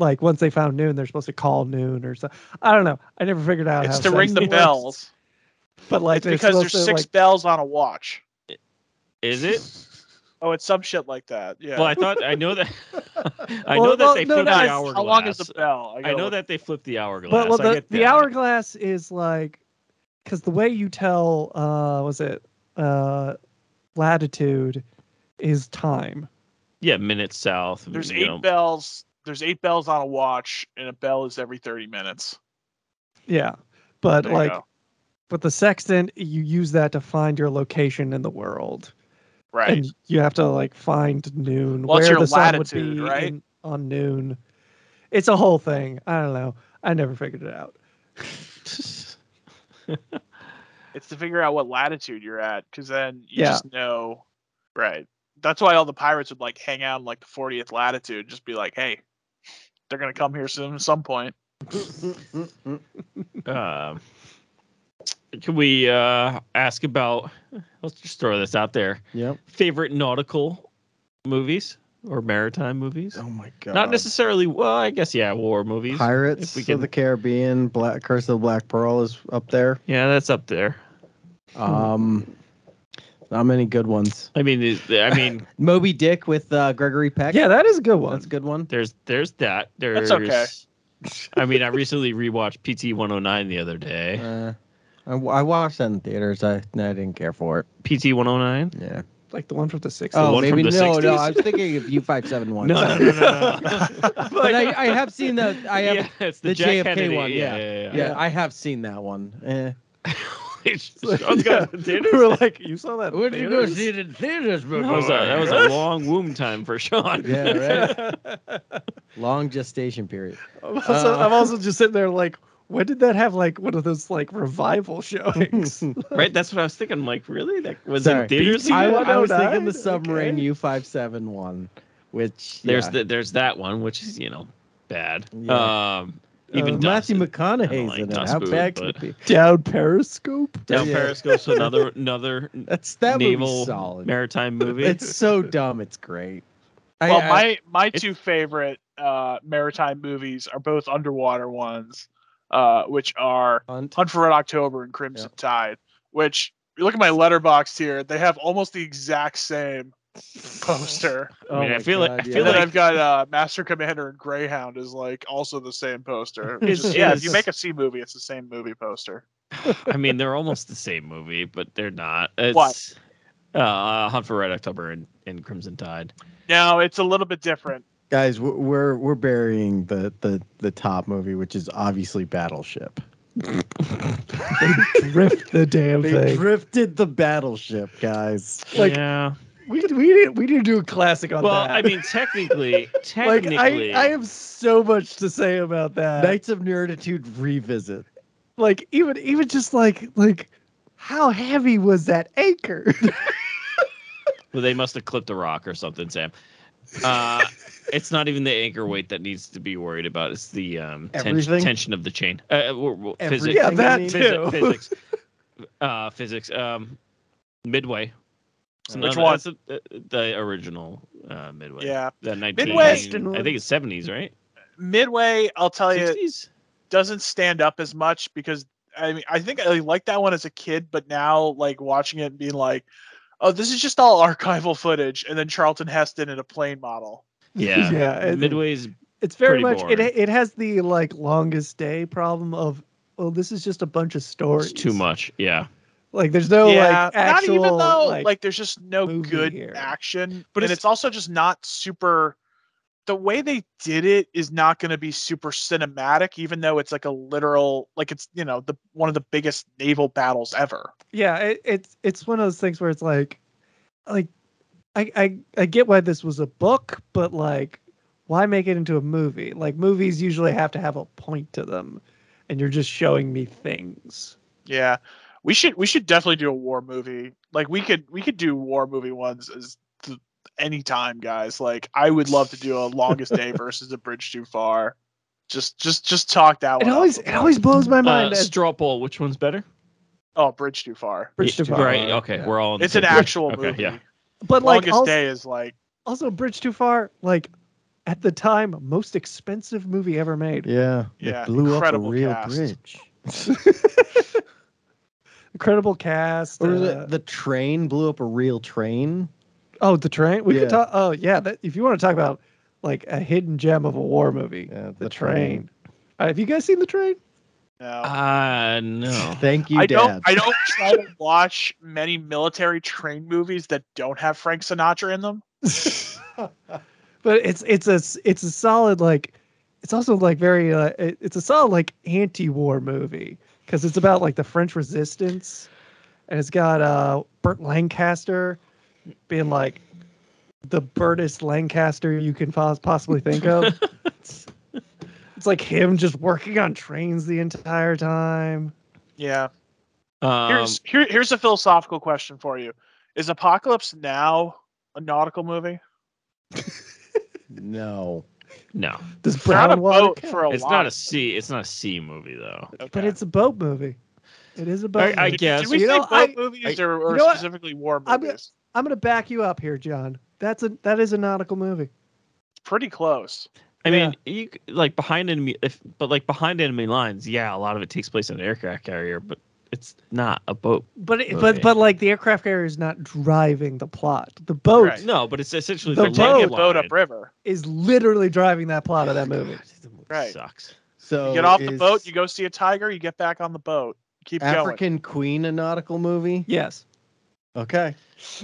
Speaker 3: like once they found noon, they're supposed to call noon or something. I don't know. I never figured out.
Speaker 1: It's
Speaker 3: how
Speaker 1: to ring the
Speaker 3: sextant works,
Speaker 1: bells.
Speaker 3: but like
Speaker 1: it's
Speaker 3: they're
Speaker 1: because there's
Speaker 3: supposed to,
Speaker 1: six
Speaker 3: like-
Speaker 1: bells on a watch.
Speaker 2: Is it?
Speaker 1: Oh, it's some shit like that. Yeah.
Speaker 2: Well, I thought I know that. I
Speaker 3: Well,
Speaker 2: know that
Speaker 3: well,
Speaker 2: they
Speaker 3: no,
Speaker 2: flipped
Speaker 3: no,
Speaker 2: the
Speaker 3: it's-
Speaker 2: hourglass.
Speaker 1: How long is the bell?
Speaker 2: I
Speaker 1: gotta
Speaker 2: know
Speaker 1: look-
Speaker 2: that they flipped the hourglass.
Speaker 3: But well,
Speaker 2: I
Speaker 3: the,
Speaker 2: get
Speaker 3: the
Speaker 2: that.
Speaker 3: hourglass is like because the way you tell uh was it uh latitude is time.
Speaker 2: Yeah, minutes south.
Speaker 1: There's
Speaker 2: you
Speaker 1: eight
Speaker 2: know.
Speaker 1: bells. There's eight bells on a watch, and a bell is every 30 minutes.
Speaker 3: Yeah, but
Speaker 1: There you
Speaker 3: like
Speaker 1: go.
Speaker 3: but the sextant you use that to find your location in the world,
Speaker 1: right.
Speaker 3: and you have to like find noon
Speaker 1: Well, it's
Speaker 3: where
Speaker 1: your
Speaker 3: the sun would
Speaker 1: latitude,
Speaker 3: be
Speaker 1: right?
Speaker 3: in- on noon. It's a whole thing. I don't know. I never figured it out.
Speaker 1: It's to figure out what latitude you're at, because then you
Speaker 3: Yeah.
Speaker 1: just know. Right. That's why all the pirates would like hang out in like the 40th latitude, and just be like, hey, they're gonna come here soon at some point.
Speaker 4: Mm,
Speaker 2: Um, can we uh, ask about? Let's just throw this out there.
Speaker 4: yep.
Speaker 2: Favorite nautical movies or maritime movies?
Speaker 4: Oh my god.
Speaker 2: Not necessarily. Well, I guess yeah, war movies.
Speaker 4: Pirates
Speaker 2: If we
Speaker 4: of
Speaker 2: can-
Speaker 4: the Caribbean, Black Curse of the Black Pearl is up there.
Speaker 2: Yeah, that's up there.
Speaker 4: Um, not many good ones.
Speaker 2: I mean, is- I mean,
Speaker 4: Moby Dick with uh, Gregory Peck.
Speaker 3: Yeah, that is a good one.
Speaker 4: that's a good one.
Speaker 2: there's there's that. There's.
Speaker 1: That's okay.
Speaker 2: I mean, I recently rewatched PT 109 the other day.
Speaker 4: Uh, I, I watched that in theaters. I, I didn't care for it.
Speaker 2: PT 109.
Speaker 4: Yeah.
Speaker 3: Like the one from the sixties.
Speaker 4: Oh,
Speaker 2: one
Speaker 4: maybe
Speaker 2: from
Speaker 4: no,
Speaker 2: the
Speaker 4: no.
Speaker 2: 60s?
Speaker 4: I was thinking of U five seven one.
Speaker 2: No, no, no, no, no.
Speaker 4: But I, I have seen the. I have.
Speaker 2: yeah, it's the,
Speaker 4: the
Speaker 2: Jack
Speaker 4: JFK
Speaker 2: Kennedy.
Speaker 4: one,
Speaker 2: Yeah,
Speaker 4: yeah.
Speaker 2: yeah,
Speaker 4: Yeah. I have seen that one. Eh.
Speaker 2: Sean's got the
Speaker 3: we
Speaker 2: theaters.
Speaker 3: were like, e- you saw that? in theaters?"
Speaker 4: it in theaters,
Speaker 2: That was, a, that was a long womb time for Sean.
Speaker 4: Yeah, right. Long gestation period.
Speaker 3: I'm also, I'm also just sitting there like, when did that have like one of those like revival showings?
Speaker 2: right. That's what I was thinking. I'm like, really? That was
Speaker 4: Sorry.
Speaker 2: in theaters.
Speaker 4: I, I was
Speaker 3: 109?
Speaker 4: thinking the submarine
Speaker 3: Okay.
Speaker 4: U five seven one, which
Speaker 2: There's
Speaker 4: yeah.
Speaker 2: the, there's that one, which is you know bad.
Speaker 4: Yeah.
Speaker 2: Um, even
Speaker 4: Uh,
Speaker 2: Dust-
Speaker 4: Matthew
Speaker 2: I don't
Speaker 4: McConaughey's
Speaker 2: like
Speaker 4: in it.
Speaker 2: Dust
Speaker 4: How
Speaker 2: Boot,
Speaker 4: bad
Speaker 2: but-
Speaker 4: could it be?
Speaker 3: Down Periscope.
Speaker 2: Down
Speaker 4: Yeah.
Speaker 2: Periscope's another another
Speaker 4: That's that
Speaker 2: naval
Speaker 4: movie's solid.
Speaker 2: maritime movie.
Speaker 4: It's so dumb. It's great. I-
Speaker 1: well,
Speaker 4: I-
Speaker 1: my my
Speaker 2: it's-
Speaker 1: two favorite uh, maritime movies are both underwater ones, uh, which are
Speaker 4: Hunt.
Speaker 1: Hunt for Red October and Crimson Tide. Which you look at my letterbox here; they have almost the exact same poster.
Speaker 2: I mean,
Speaker 4: Oh
Speaker 2: I
Speaker 4: my
Speaker 2: feel like I
Speaker 4: God,
Speaker 2: feel
Speaker 4: yeah.
Speaker 1: And then
Speaker 2: like
Speaker 1: I've got uh, Master Commander and Greyhound is like also the same poster. It's
Speaker 2: Is-
Speaker 1: just- yeah, if
Speaker 2: is-
Speaker 1: you make a C movie, it's the same movie poster.
Speaker 2: I mean, they're almost the same movie, but they're not. It's,
Speaker 1: What?
Speaker 2: Uh, Hunt for Red October and, and Crimson Tide.
Speaker 1: No, it's a little bit different.
Speaker 4: Guys, we're- we're we're burying the the the top movie, which is obviously Battleship.
Speaker 3: Drift the damn
Speaker 4: They
Speaker 3: thing.
Speaker 4: drifted the battleship, guys.
Speaker 3: Like-
Speaker 2: yeah.
Speaker 3: We could, we need we need to do a classic on
Speaker 2: Well,
Speaker 3: that.
Speaker 2: I mean, technically,
Speaker 3: like
Speaker 2: technically,
Speaker 3: I, I have so much to say about that.
Speaker 4: Knights of Nerditude revisit.
Speaker 3: like even even just like like how heavy was that anchor?
Speaker 2: well, they must have clipped a rock or something, Sam. Uh, it's not even the anchor weight that needs to be worried about. It's the um, tens-
Speaker 4: Everything?
Speaker 2: tension of the chain. Uh, w- w-
Speaker 4: Everything
Speaker 2: physics.
Speaker 3: Yeah, that
Speaker 4: you need.
Speaker 3: too.
Speaker 2: Physi- physics. Uh, physics. Um, Midway. It's
Speaker 1: Which
Speaker 2: another-
Speaker 1: one?
Speaker 2: that's a- uh, the original uh, Midway.
Speaker 1: Yeah,
Speaker 2: The 19,
Speaker 1: Midwestern
Speaker 2: I think it's 70s, right?
Speaker 1: Midway, I'll tell you,
Speaker 2: 60s?
Speaker 1: doesn't stand up as much because I mean I think I liked that one as a kid, but now like watching it and being like, oh, this is just all archival footage, and then Charlton Heston in a plane model.
Speaker 2: Yeah.
Speaker 3: yeah. it-
Speaker 2: Midway's
Speaker 3: it's very
Speaker 2: pretty
Speaker 3: much it,
Speaker 2: boring.
Speaker 3: it has the like longest day problem of well this is just a bunch of stories.
Speaker 2: it's too much. Yeah.
Speaker 3: Like there's no like actual
Speaker 1: not even though
Speaker 3: like,
Speaker 1: like, there's just no
Speaker 3: movie
Speaker 1: good
Speaker 3: here.
Speaker 1: action,
Speaker 2: But
Speaker 1: but and
Speaker 2: it's-
Speaker 1: it's also just not super. The way they did it is not going to be super cinematic, even though it's like a literal, like it's you know the one of the biggest naval battles ever.
Speaker 3: yeah it, it's it's one of those things where it's like like I, I i get why this was a book but like why make it into a movie like movies usually have to have a point to them and you're just showing me things
Speaker 1: Yeah, we should we should definitely do a war movie. Like we could we could do war movie ones as th- any time, guys. Like I would love to do a longest day versus a bridge too far. Just just just talk that
Speaker 3: it
Speaker 1: one. up.
Speaker 3: always it always blows my
Speaker 2: Uh,
Speaker 3: mind as
Speaker 2: Straw Poll, which one's better?
Speaker 1: oh bridge too far.
Speaker 3: bridge
Speaker 2: Yeah,
Speaker 3: too far
Speaker 2: Right. Okay.
Speaker 3: Yeah.
Speaker 2: We're all on the
Speaker 1: It's an
Speaker 2: same page.
Speaker 1: actual
Speaker 2: Okay,
Speaker 1: movie.
Speaker 2: Yeah.
Speaker 3: but like
Speaker 1: longest
Speaker 3: also,
Speaker 1: day is like
Speaker 3: also bridge too far like at the time most expensive movie ever made
Speaker 4: Yeah, it
Speaker 1: Yeah,
Speaker 4: blew up a
Speaker 1: incredible
Speaker 4: real
Speaker 1: cast.
Speaker 4: bridge.
Speaker 3: incredible cast
Speaker 4: Or was
Speaker 3: uh,
Speaker 4: it the train blew up a real train?
Speaker 3: oh the train we
Speaker 4: Yeah.
Speaker 3: could talk oh yeah that, if you want to talk about like a hidden gem of a war movie
Speaker 4: Yeah,
Speaker 3: The, train. Uh, have you guys seen the train?
Speaker 1: no.
Speaker 2: Uh, no.
Speaker 4: Thank you,
Speaker 1: Oh. I
Speaker 4: Dad.
Speaker 1: don't. I don't try to watch many military train movies that don't have Frank Sinatra in them.
Speaker 3: But it's it's a s- it's a solid like, it's also like very uh, it- it's a solid like anti-war movie because it's about like the French Resistance, and it's got uh Burt Lancaster, being like, the Burtest Lancaster you can pos- possibly think of. it's like him just working on trains the entire time.
Speaker 1: Yeah.
Speaker 2: Um,
Speaker 1: Here's here, here's a philosophical question for you: Is Apocalypse Now a nautical movie?
Speaker 4: no.
Speaker 2: no.
Speaker 3: This
Speaker 1: It's not a
Speaker 3: brown water,
Speaker 1: boat for a
Speaker 2: It's
Speaker 1: lot.
Speaker 2: not a C. It's not a C movie though.
Speaker 3: but
Speaker 1: Okay.
Speaker 3: it's a boat movie. It is a boat.
Speaker 2: I
Speaker 3: movie.
Speaker 2: guess.
Speaker 1: Do we
Speaker 3: You
Speaker 1: say
Speaker 3: know,
Speaker 1: boat
Speaker 3: I-
Speaker 1: movies
Speaker 2: I-
Speaker 1: or, or
Speaker 3: you know what?
Speaker 1: specifically war
Speaker 3: I'm-
Speaker 1: movies? It's
Speaker 3: I'm gonna back you up here, John. That's a that is a nautical movie.
Speaker 1: pretty close.
Speaker 2: I mean, you c- like behind enemy, if, but like behind enemy lines, yeah, a lot of it takes place on an aircraft carrier, but it's not a boat.
Speaker 3: But it,
Speaker 2: Movie.
Speaker 3: but but like the aircraft carrier is not driving the plot. The boat
Speaker 1: Right.
Speaker 2: No, but it's essentially
Speaker 3: The
Speaker 2: the,
Speaker 1: They're taking a
Speaker 2: log
Speaker 1: boat
Speaker 2: line.
Speaker 1: upriver.
Speaker 3: is literally driving that plot of that
Speaker 2: God,
Speaker 3: movie.
Speaker 2: the movie
Speaker 1: Right.
Speaker 2: Sucks.
Speaker 4: So
Speaker 1: You get off the
Speaker 4: is
Speaker 1: boat, you go see a tiger, you get back on the boat, keep going.
Speaker 4: African Queen a nautical movie?
Speaker 3: Yes.
Speaker 4: Okay.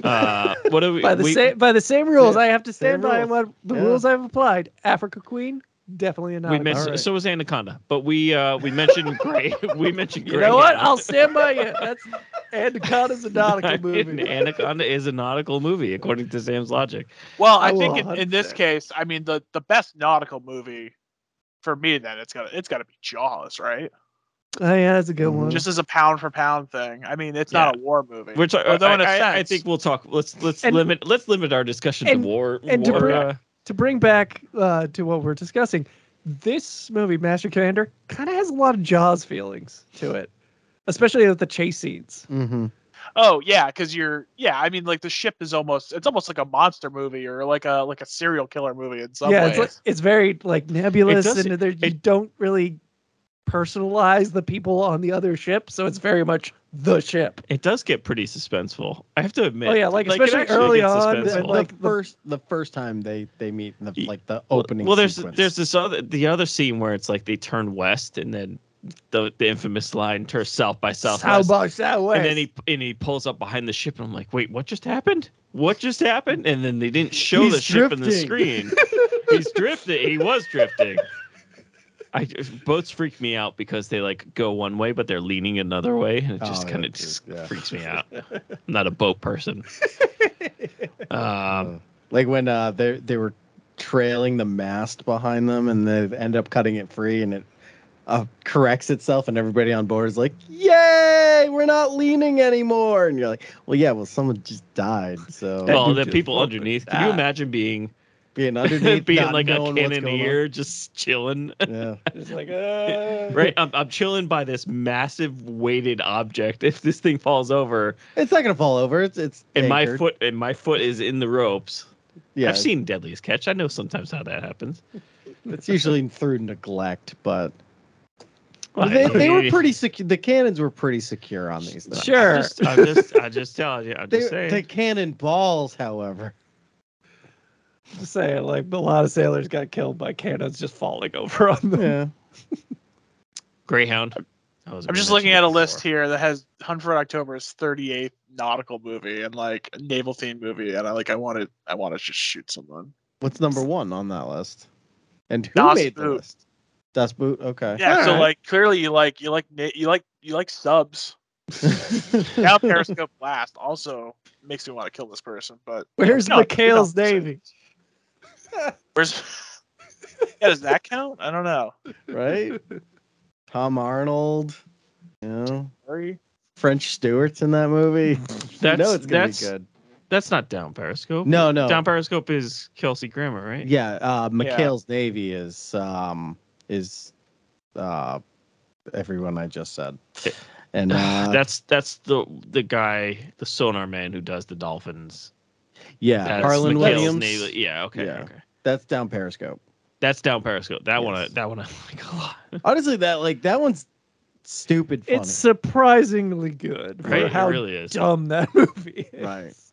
Speaker 2: Uh, what do we?
Speaker 3: By the
Speaker 2: we-
Speaker 3: same by the same rules,
Speaker 4: Yeah,
Speaker 3: I have to stand
Speaker 4: same
Speaker 3: by
Speaker 4: rules.
Speaker 3: what the
Speaker 4: Yeah.
Speaker 3: rules I've applied. Africa Queen, definitely a
Speaker 2: we
Speaker 3: nautical.
Speaker 2: mentioned
Speaker 4: Alright.
Speaker 2: so was Anaconda, but we uh we mentioned Gray. we mentioned Gray.
Speaker 3: you know what? I'll stand by you. That's Anaconda's a nautical movie.
Speaker 2: Anaconda is a nautical movie according to Sam's logic.
Speaker 1: Well, I,
Speaker 3: I
Speaker 1: think
Speaker 3: will
Speaker 1: in, in this
Speaker 3: 100%.
Speaker 1: case, I mean the the best nautical movie for me then it's got to it's got to be Jaws, right?
Speaker 3: Oh yeah, that's a good
Speaker 4: Mhm.
Speaker 3: one.
Speaker 1: Just as a pound for pound thing. I mean, it's not a war movie.
Speaker 2: Which uh, I,
Speaker 1: Although, in a
Speaker 2: I- I- I
Speaker 1: sense-
Speaker 2: think we'll talk. Let's let's
Speaker 3: And-
Speaker 2: limit let's limit our discussion
Speaker 3: and-
Speaker 2: to war.
Speaker 3: and to
Speaker 2: war,
Speaker 3: bring-
Speaker 2: uh,
Speaker 3: to bring back uh, to what we're discussing, this movie, Master Commander, kind of has a lot of Jaws feelings to it, especially with the chase scenes.
Speaker 4: Mm-hmm.
Speaker 1: Oh yeah, because you're yeah. I mean, like the ship is almost it's almost like a monster movie or like a like a serial killer movie in some
Speaker 3: yeah,
Speaker 1: ways.
Speaker 3: it's, like, it's very like nebulous,
Speaker 2: does-
Speaker 3: and there, you
Speaker 2: it-
Speaker 3: don't really personalize the people on the other ship, so it's very much the ship.
Speaker 2: It does get pretty suspenseful. I have to admit.
Speaker 3: Oh yeah, like,
Speaker 2: it
Speaker 3: especially
Speaker 2: actually
Speaker 3: early
Speaker 2: gets
Speaker 3: on,
Speaker 2: suspenseful.
Speaker 3: and, like
Speaker 4: the
Speaker 3: the-
Speaker 4: first the first time they they meet in the,
Speaker 2: Ye-
Speaker 4: like the opening.
Speaker 2: Well, there's
Speaker 4: sequence.
Speaker 2: there's this other the other scene where it's like they turn west and then the the infamous line turns south by southwest.
Speaker 3: Southwest, Southwest.
Speaker 2: and then he and he pulls up behind the ship and I'm like, wait, what just happened? What just happened? And then they didn't show
Speaker 4: He's
Speaker 2: the ship in the
Speaker 4: drifting.
Speaker 2: screen. He's drifting. He was drifting. I boats freak me out because they like go one way but they're leaning another way and it just
Speaker 4: Oh,
Speaker 2: kind of
Speaker 4: that's true,
Speaker 2: just
Speaker 4: yeah.
Speaker 2: freaks me out. I'm not a boat person. Um,
Speaker 4: like when uh they they were trailing the mast behind them and they end up cutting it free and it uh, corrects itself and everybody on board is like yay we're not leaning anymore and you're like well yeah well someone just died so
Speaker 2: well,
Speaker 4: Dude,
Speaker 2: the
Speaker 4: just
Speaker 2: people
Speaker 4: fucking
Speaker 2: underneath. Can you
Speaker 4: die.
Speaker 2: imagine being
Speaker 4: being underneath
Speaker 2: being
Speaker 4: not
Speaker 2: like a
Speaker 4: knowing what's going on.
Speaker 2: cannoneer just chilling
Speaker 4: yeah
Speaker 3: It's like, uh,
Speaker 2: right I'm, I'm chilling by this massive weighted object if this thing falls over
Speaker 4: it's not gonna fall over it's it's
Speaker 2: and my
Speaker 4: anchored.
Speaker 2: foot and my foot is in the ropes
Speaker 4: yeah
Speaker 2: i've seen deadliest catch i know sometimes how that happens
Speaker 4: it's usually through neglect but
Speaker 2: Well,
Speaker 4: they,
Speaker 2: I
Speaker 4: they were
Speaker 2: mean,
Speaker 4: pretty secure the cannons were pretty secure on these things.
Speaker 3: Sure.
Speaker 2: I'm just, I'm just i'm just telling you i'm
Speaker 4: they,
Speaker 2: just saying
Speaker 4: the cannon balls however
Speaker 3: I'm saying like a lot of sailors got killed by cannons just falling over on them.
Speaker 4: yeah
Speaker 2: greyhound I was
Speaker 1: I'm
Speaker 2: gonna
Speaker 1: just
Speaker 2: mention
Speaker 1: looking
Speaker 2: it
Speaker 1: at a list
Speaker 2: before.
Speaker 1: here that has Hunt for Red October's 38th nautical movie and like a naval themed movie, and I like I want to I want to just shoot someone.
Speaker 4: What's number one on that list? And who
Speaker 1: Das
Speaker 4: made the
Speaker 1: Boot.
Speaker 4: list? Dust Boot. Okay.
Speaker 1: Yeah, so
Speaker 3: Alright.
Speaker 1: like clearly you like you like na- you like you like subs. Now Periscope Blast also makes me want to kill this person, but
Speaker 3: Where's
Speaker 1: No,
Speaker 3: McHale's
Speaker 1: no, sorry.
Speaker 3: Navy?
Speaker 1: where's yeah, does that count? I don't know.
Speaker 4: right. Tom Arnold. You know,
Speaker 1: Sorry.
Speaker 4: French Stewart's in that movie.
Speaker 2: that's
Speaker 4: you know it's gonna
Speaker 2: that's
Speaker 4: be good.
Speaker 2: that's not down periscope
Speaker 4: No, no.
Speaker 2: down periscope is kelsey grammer right
Speaker 4: yeah. Uh, McHale's Navy is um is uh everyone I just said.
Speaker 2: Yeah.
Speaker 4: And uh,
Speaker 2: that's that's the the guy, the sonar man who does the dolphins.
Speaker 4: yeah,
Speaker 2: That's
Speaker 4: Harlan
Speaker 2: McHale's
Speaker 4: Williams.
Speaker 2: neighbor- Yeah, okay,
Speaker 4: Yeah.
Speaker 2: okay.
Speaker 4: That's down Periscope.
Speaker 2: That's down Periscope. That one, I,
Speaker 4: Yes.
Speaker 2: that one, I like a lot.
Speaker 4: Honestly, that like that one's stupid funny.
Speaker 3: It's surprisingly good for
Speaker 2: Right?
Speaker 3: how
Speaker 2: it really is.
Speaker 3: dumb that movie is.
Speaker 4: Right. Oh,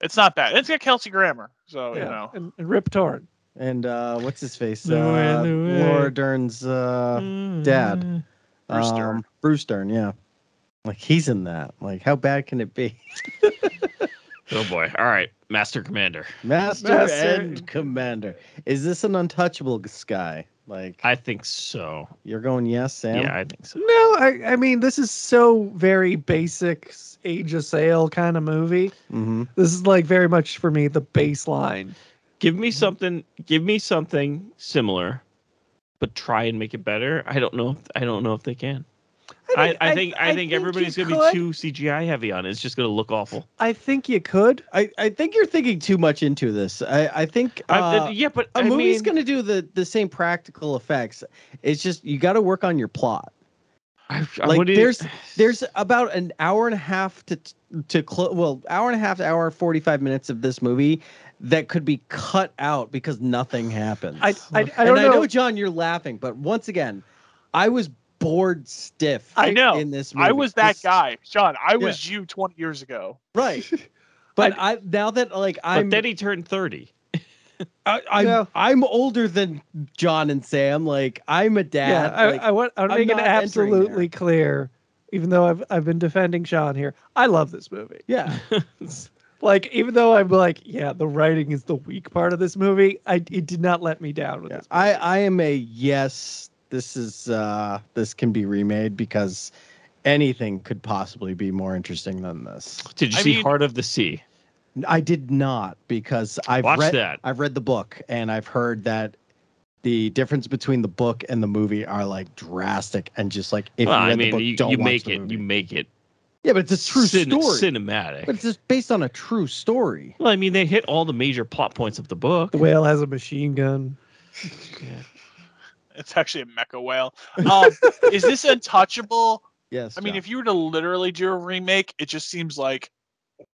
Speaker 1: It's not bad. It's got Kelsey Grammer, so you
Speaker 3: Yeah.
Speaker 1: know.
Speaker 3: And, and Rip Torn.
Speaker 4: And uh, what's his face?
Speaker 2: The way,
Speaker 4: Uh,
Speaker 2: the way.
Speaker 4: Laura Dern's uh,
Speaker 2: Mm.
Speaker 4: Dad.
Speaker 1: Bruce Dern.
Speaker 4: um, Bruce Dern, yeah. Like he's in that. Like how bad can it be?
Speaker 2: Oh boy! All right, Master Commander.
Speaker 4: Master,
Speaker 3: Master
Speaker 4: and
Speaker 3: and-
Speaker 4: Commander. Is this an untouchable guy? Like
Speaker 2: I think so.
Speaker 4: you're going yes, Sam?
Speaker 2: Yeah, I think so.
Speaker 3: No, I, I mean this is so very basic s- age of sail kind of movie.
Speaker 4: Mm-hmm.
Speaker 3: This is like very much for me the baseline.
Speaker 2: Give me something. Give me something similar, but try and make it better. I don't know. If, I don't know if they can. I, I, think. I, think, everybody's
Speaker 3: you
Speaker 2: gonna
Speaker 3: could.
Speaker 2: be too CGI heavy on it. It's just gonna look awful.
Speaker 3: I think you could.
Speaker 4: I, I think you're thinking too much into this. I, I think
Speaker 2: I-
Speaker 4: uh,
Speaker 2: yeah, but
Speaker 4: a
Speaker 2: I
Speaker 4: movie's
Speaker 2: mean,
Speaker 4: gonna do the, the same practical effects. It's just you gotta work on your plot.
Speaker 2: I, I
Speaker 4: like
Speaker 2: wouldn't-
Speaker 4: there's there's about an hour and a half to to close well hour and a half to hour 45 minutes of this movie that could be cut out because nothing happens
Speaker 3: I I, I don't
Speaker 4: and i
Speaker 3: know.
Speaker 4: know john you're laughing but once again i was bored stiff
Speaker 1: I know.
Speaker 4: in this movie
Speaker 1: I was that
Speaker 4: This-
Speaker 1: guy, Sean. I was you 20 years ago.
Speaker 4: right but I, now that like
Speaker 2: But
Speaker 4: i'm
Speaker 2: then he turned thirty.
Speaker 4: I, I'm,
Speaker 3: Yeah.
Speaker 4: I'm older than john and sam like i'm a dad
Speaker 3: yeah, I,
Speaker 4: like,
Speaker 3: I want. I want to
Speaker 4: I'm
Speaker 3: make it
Speaker 4: not entering
Speaker 3: absolutely clear. Even though I've I've been defending Sean here, I love this movie.
Speaker 4: yeah
Speaker 3: Like even though I'm like, yeah, the writing is the weak part of this movie. I it did not let me down with
Speaker 4: Yeah,
Speaker 3: this. Movie.
Speaker 4: I I am a yes. This is uh this can be remade because anything could possibly be more interesting than this.
Speaker 2: Did you
Speaker 1: I
Speaker 2: see
Speaker 1: mean-
Speaker 2: Heart of the Sea?
Speaker 4: I did not because I've
Speaker 2: Watch
Speaker 4: read
Speaker 2: that.
Speaker 4: I've read the book and I've heard that the difference between the book and the movie are like drastic and just like if
Speaker 2: Well,
Speaker 4: you read
Speaker 2: I mean,
Speaker 4: the book,
Speaker 2: you,
Speaker 4: don't
Speaker 2: you
Speaker 4: watch
Speaker 2: make
Speaker 4: the
Speaker 2: it.
Speaker 4: movie.
Speaker 2: You make it.
Speaker 4: yeah, but it's a true
Speaker 2: cin-
Speaker 4: story.
Speaker 2: Cinematic.
Speaker 4: But it's just based on a true story.
Speaker 2: well, I mean, they hit all the major plot points of the book.
Speaker 3: the whale has a machine gun.
Speaker 1: It's actually a mecha whale. Um, is this untouchable?
Speaker 4: Yes.
Speaker 1: I mean,
Speaker 4: John.
Speaker 1: if you were to literally do a remake, it just seems like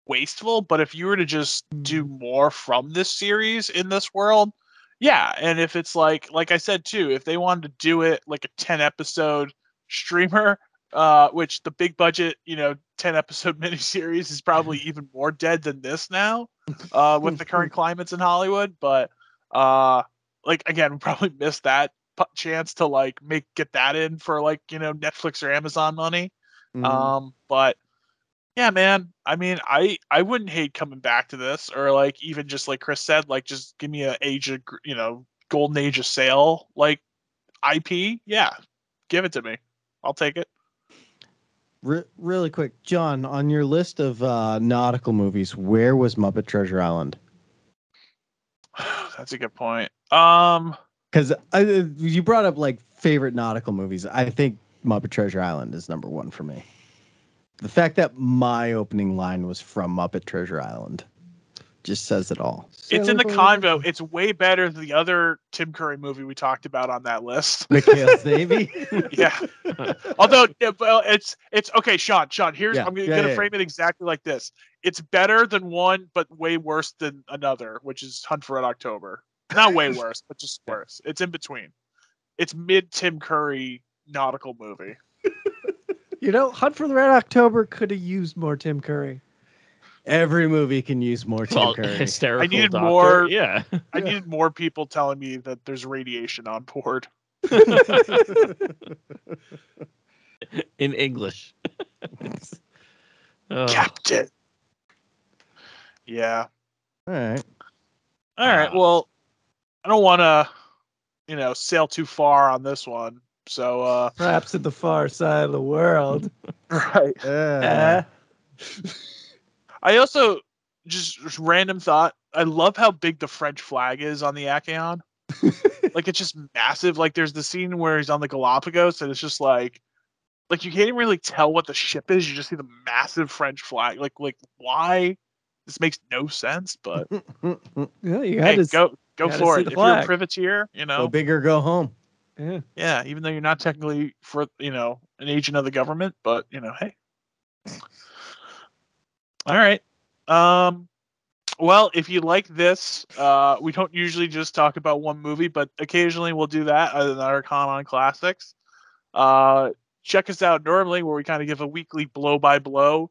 Speaker 1: wasteful. But if you were to just do more from this series in this world, yeah. And if it's like, like I said too, if they wanted to do it like a ten episode streamer, uh, which the big budget, you know, ten episode miniseries is probably even more dead than this now, uh, with the current climates in Hollywood. But uh, like again, probably missed that pu- chance to like make get that in for like you know Netflix or Amazon money.
Speaker 4: Mhm.
Speaker 1: Um, but yeah, man. I mean, I I wouldn't hate coming back to this, or like even just like Chris said, like just give me a age of gr- you know golden age of sale like IP. Yeah, give it to me. I'll take it.
Speaker 4: Mm-hmm. Re- really quick, John, on your list of uh, nautical movies, where was Muppet Treasure Island?
Speaker 1: That's a good point. Um,
Speaker 4: Because uh, you brought up like favorite nautical movies. I think Muppet Treasure Island is number one for me. The fact that my opening line was from Muppet Treasure Island just says it all.
Speaker 1: it's in the convo. It's way better than the other Tim Curry movie we talked about on that list.
Speaker 4: Mikhail's Navy.
Speaker 1: yeah. Although, yeah, well, it's it's okay, Sean. Sean, here's
Speaker 4: Yeah,
Speaker 1: I'm gonna,
Speaker 4: yeah,
Speaker 1: gonna
Speaker 4: yeah,
Speaker 1: frame it exactly like this. It's better than one, but way worse than another, which is Hunt for Red October. Not way worse, but just worse. It's in between. It's mid Tim Curry nautical movie.
Speaker 3: You know, Hunt for the Red October could have used more Tim Curry.
Speaker 4: Every movie can use more Tim
Speaker 2: Well,
Speaker 4: Curry.
Speaker 2: hysterical.
Speaker 1: I needed
Speaker 2: doctor.
Speaker 1: more-
Speaker 2: Yeah.
Speaker 1: I
Speaker 3: Yeah.
Speaker 1: needed more people telling me that there's radiation on board.
Speaker 2: In English.
Speaker 4: Uh.
Speaker 2: Ugh.
Speaker 1: Captain. Yeah.
Speaker 4: All right.
Speaker 1: All right.
Speaker 2: Uh,
Speaker 1: well, I don't want to, you know, sail too far on this one. So, uh,
Speaker 3: Perhaps at the far side of the world.
Speaker 1: right.
Speaker 3: Uh,
Speaker 4: Uh,
Speaker 1: I also just, just random thought. I love how big the French flag is on the Acheon. like it's just massive. Like there's the scene where he's on the Galapagos, and it's just like, like you can't even really tell what the ship is. You just see the massive French flag. Like, like why? This makes no sense. But
Speaker 4: mm, mm.
Speaker 3: yeah, you had
Speaker 1: hey,
Speaker 3: to.
Speaker 1: go go
Speaker 3: gotta
Speaker 1: for
Speaker 3: see
Speaker 1: it.
Speaker 3: the
Speaker 1: If you're a
Speaker 3: flag.
Speaker 1: privateer, you know,
Speaker 4: Go big or go home.
Speaker 3: yeah.
Speaker 1: yeah. Even though you're not technically for you know an agent of the government, but you know, hey. All right. Um, well, if you like this, uh, we don't usually just talk about one movie, but occasionally we'll do that at another con on classics. Uh, check us out normally, where we kind of give a weekly blow by blow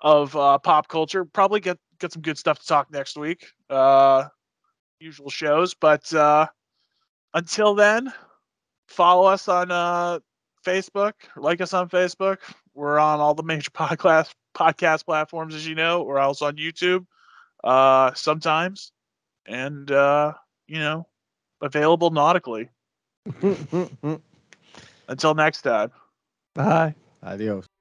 Speaker 1: of uh, pop culture. Probably get get some good stuff to talk next week. Uh, usual shows, but uh, until then, follow us on uh, Facebook, like us on Facebook. We're on all the major podcast podcast platforms, as you know. We're also on YouTube uh, sometimes, and uh, you know, available nautically.
Speaker 4: Mm, mm, mm.
Speaker 1: Until next time.
Speaker 3: Bye.
Speaker 4: Adios.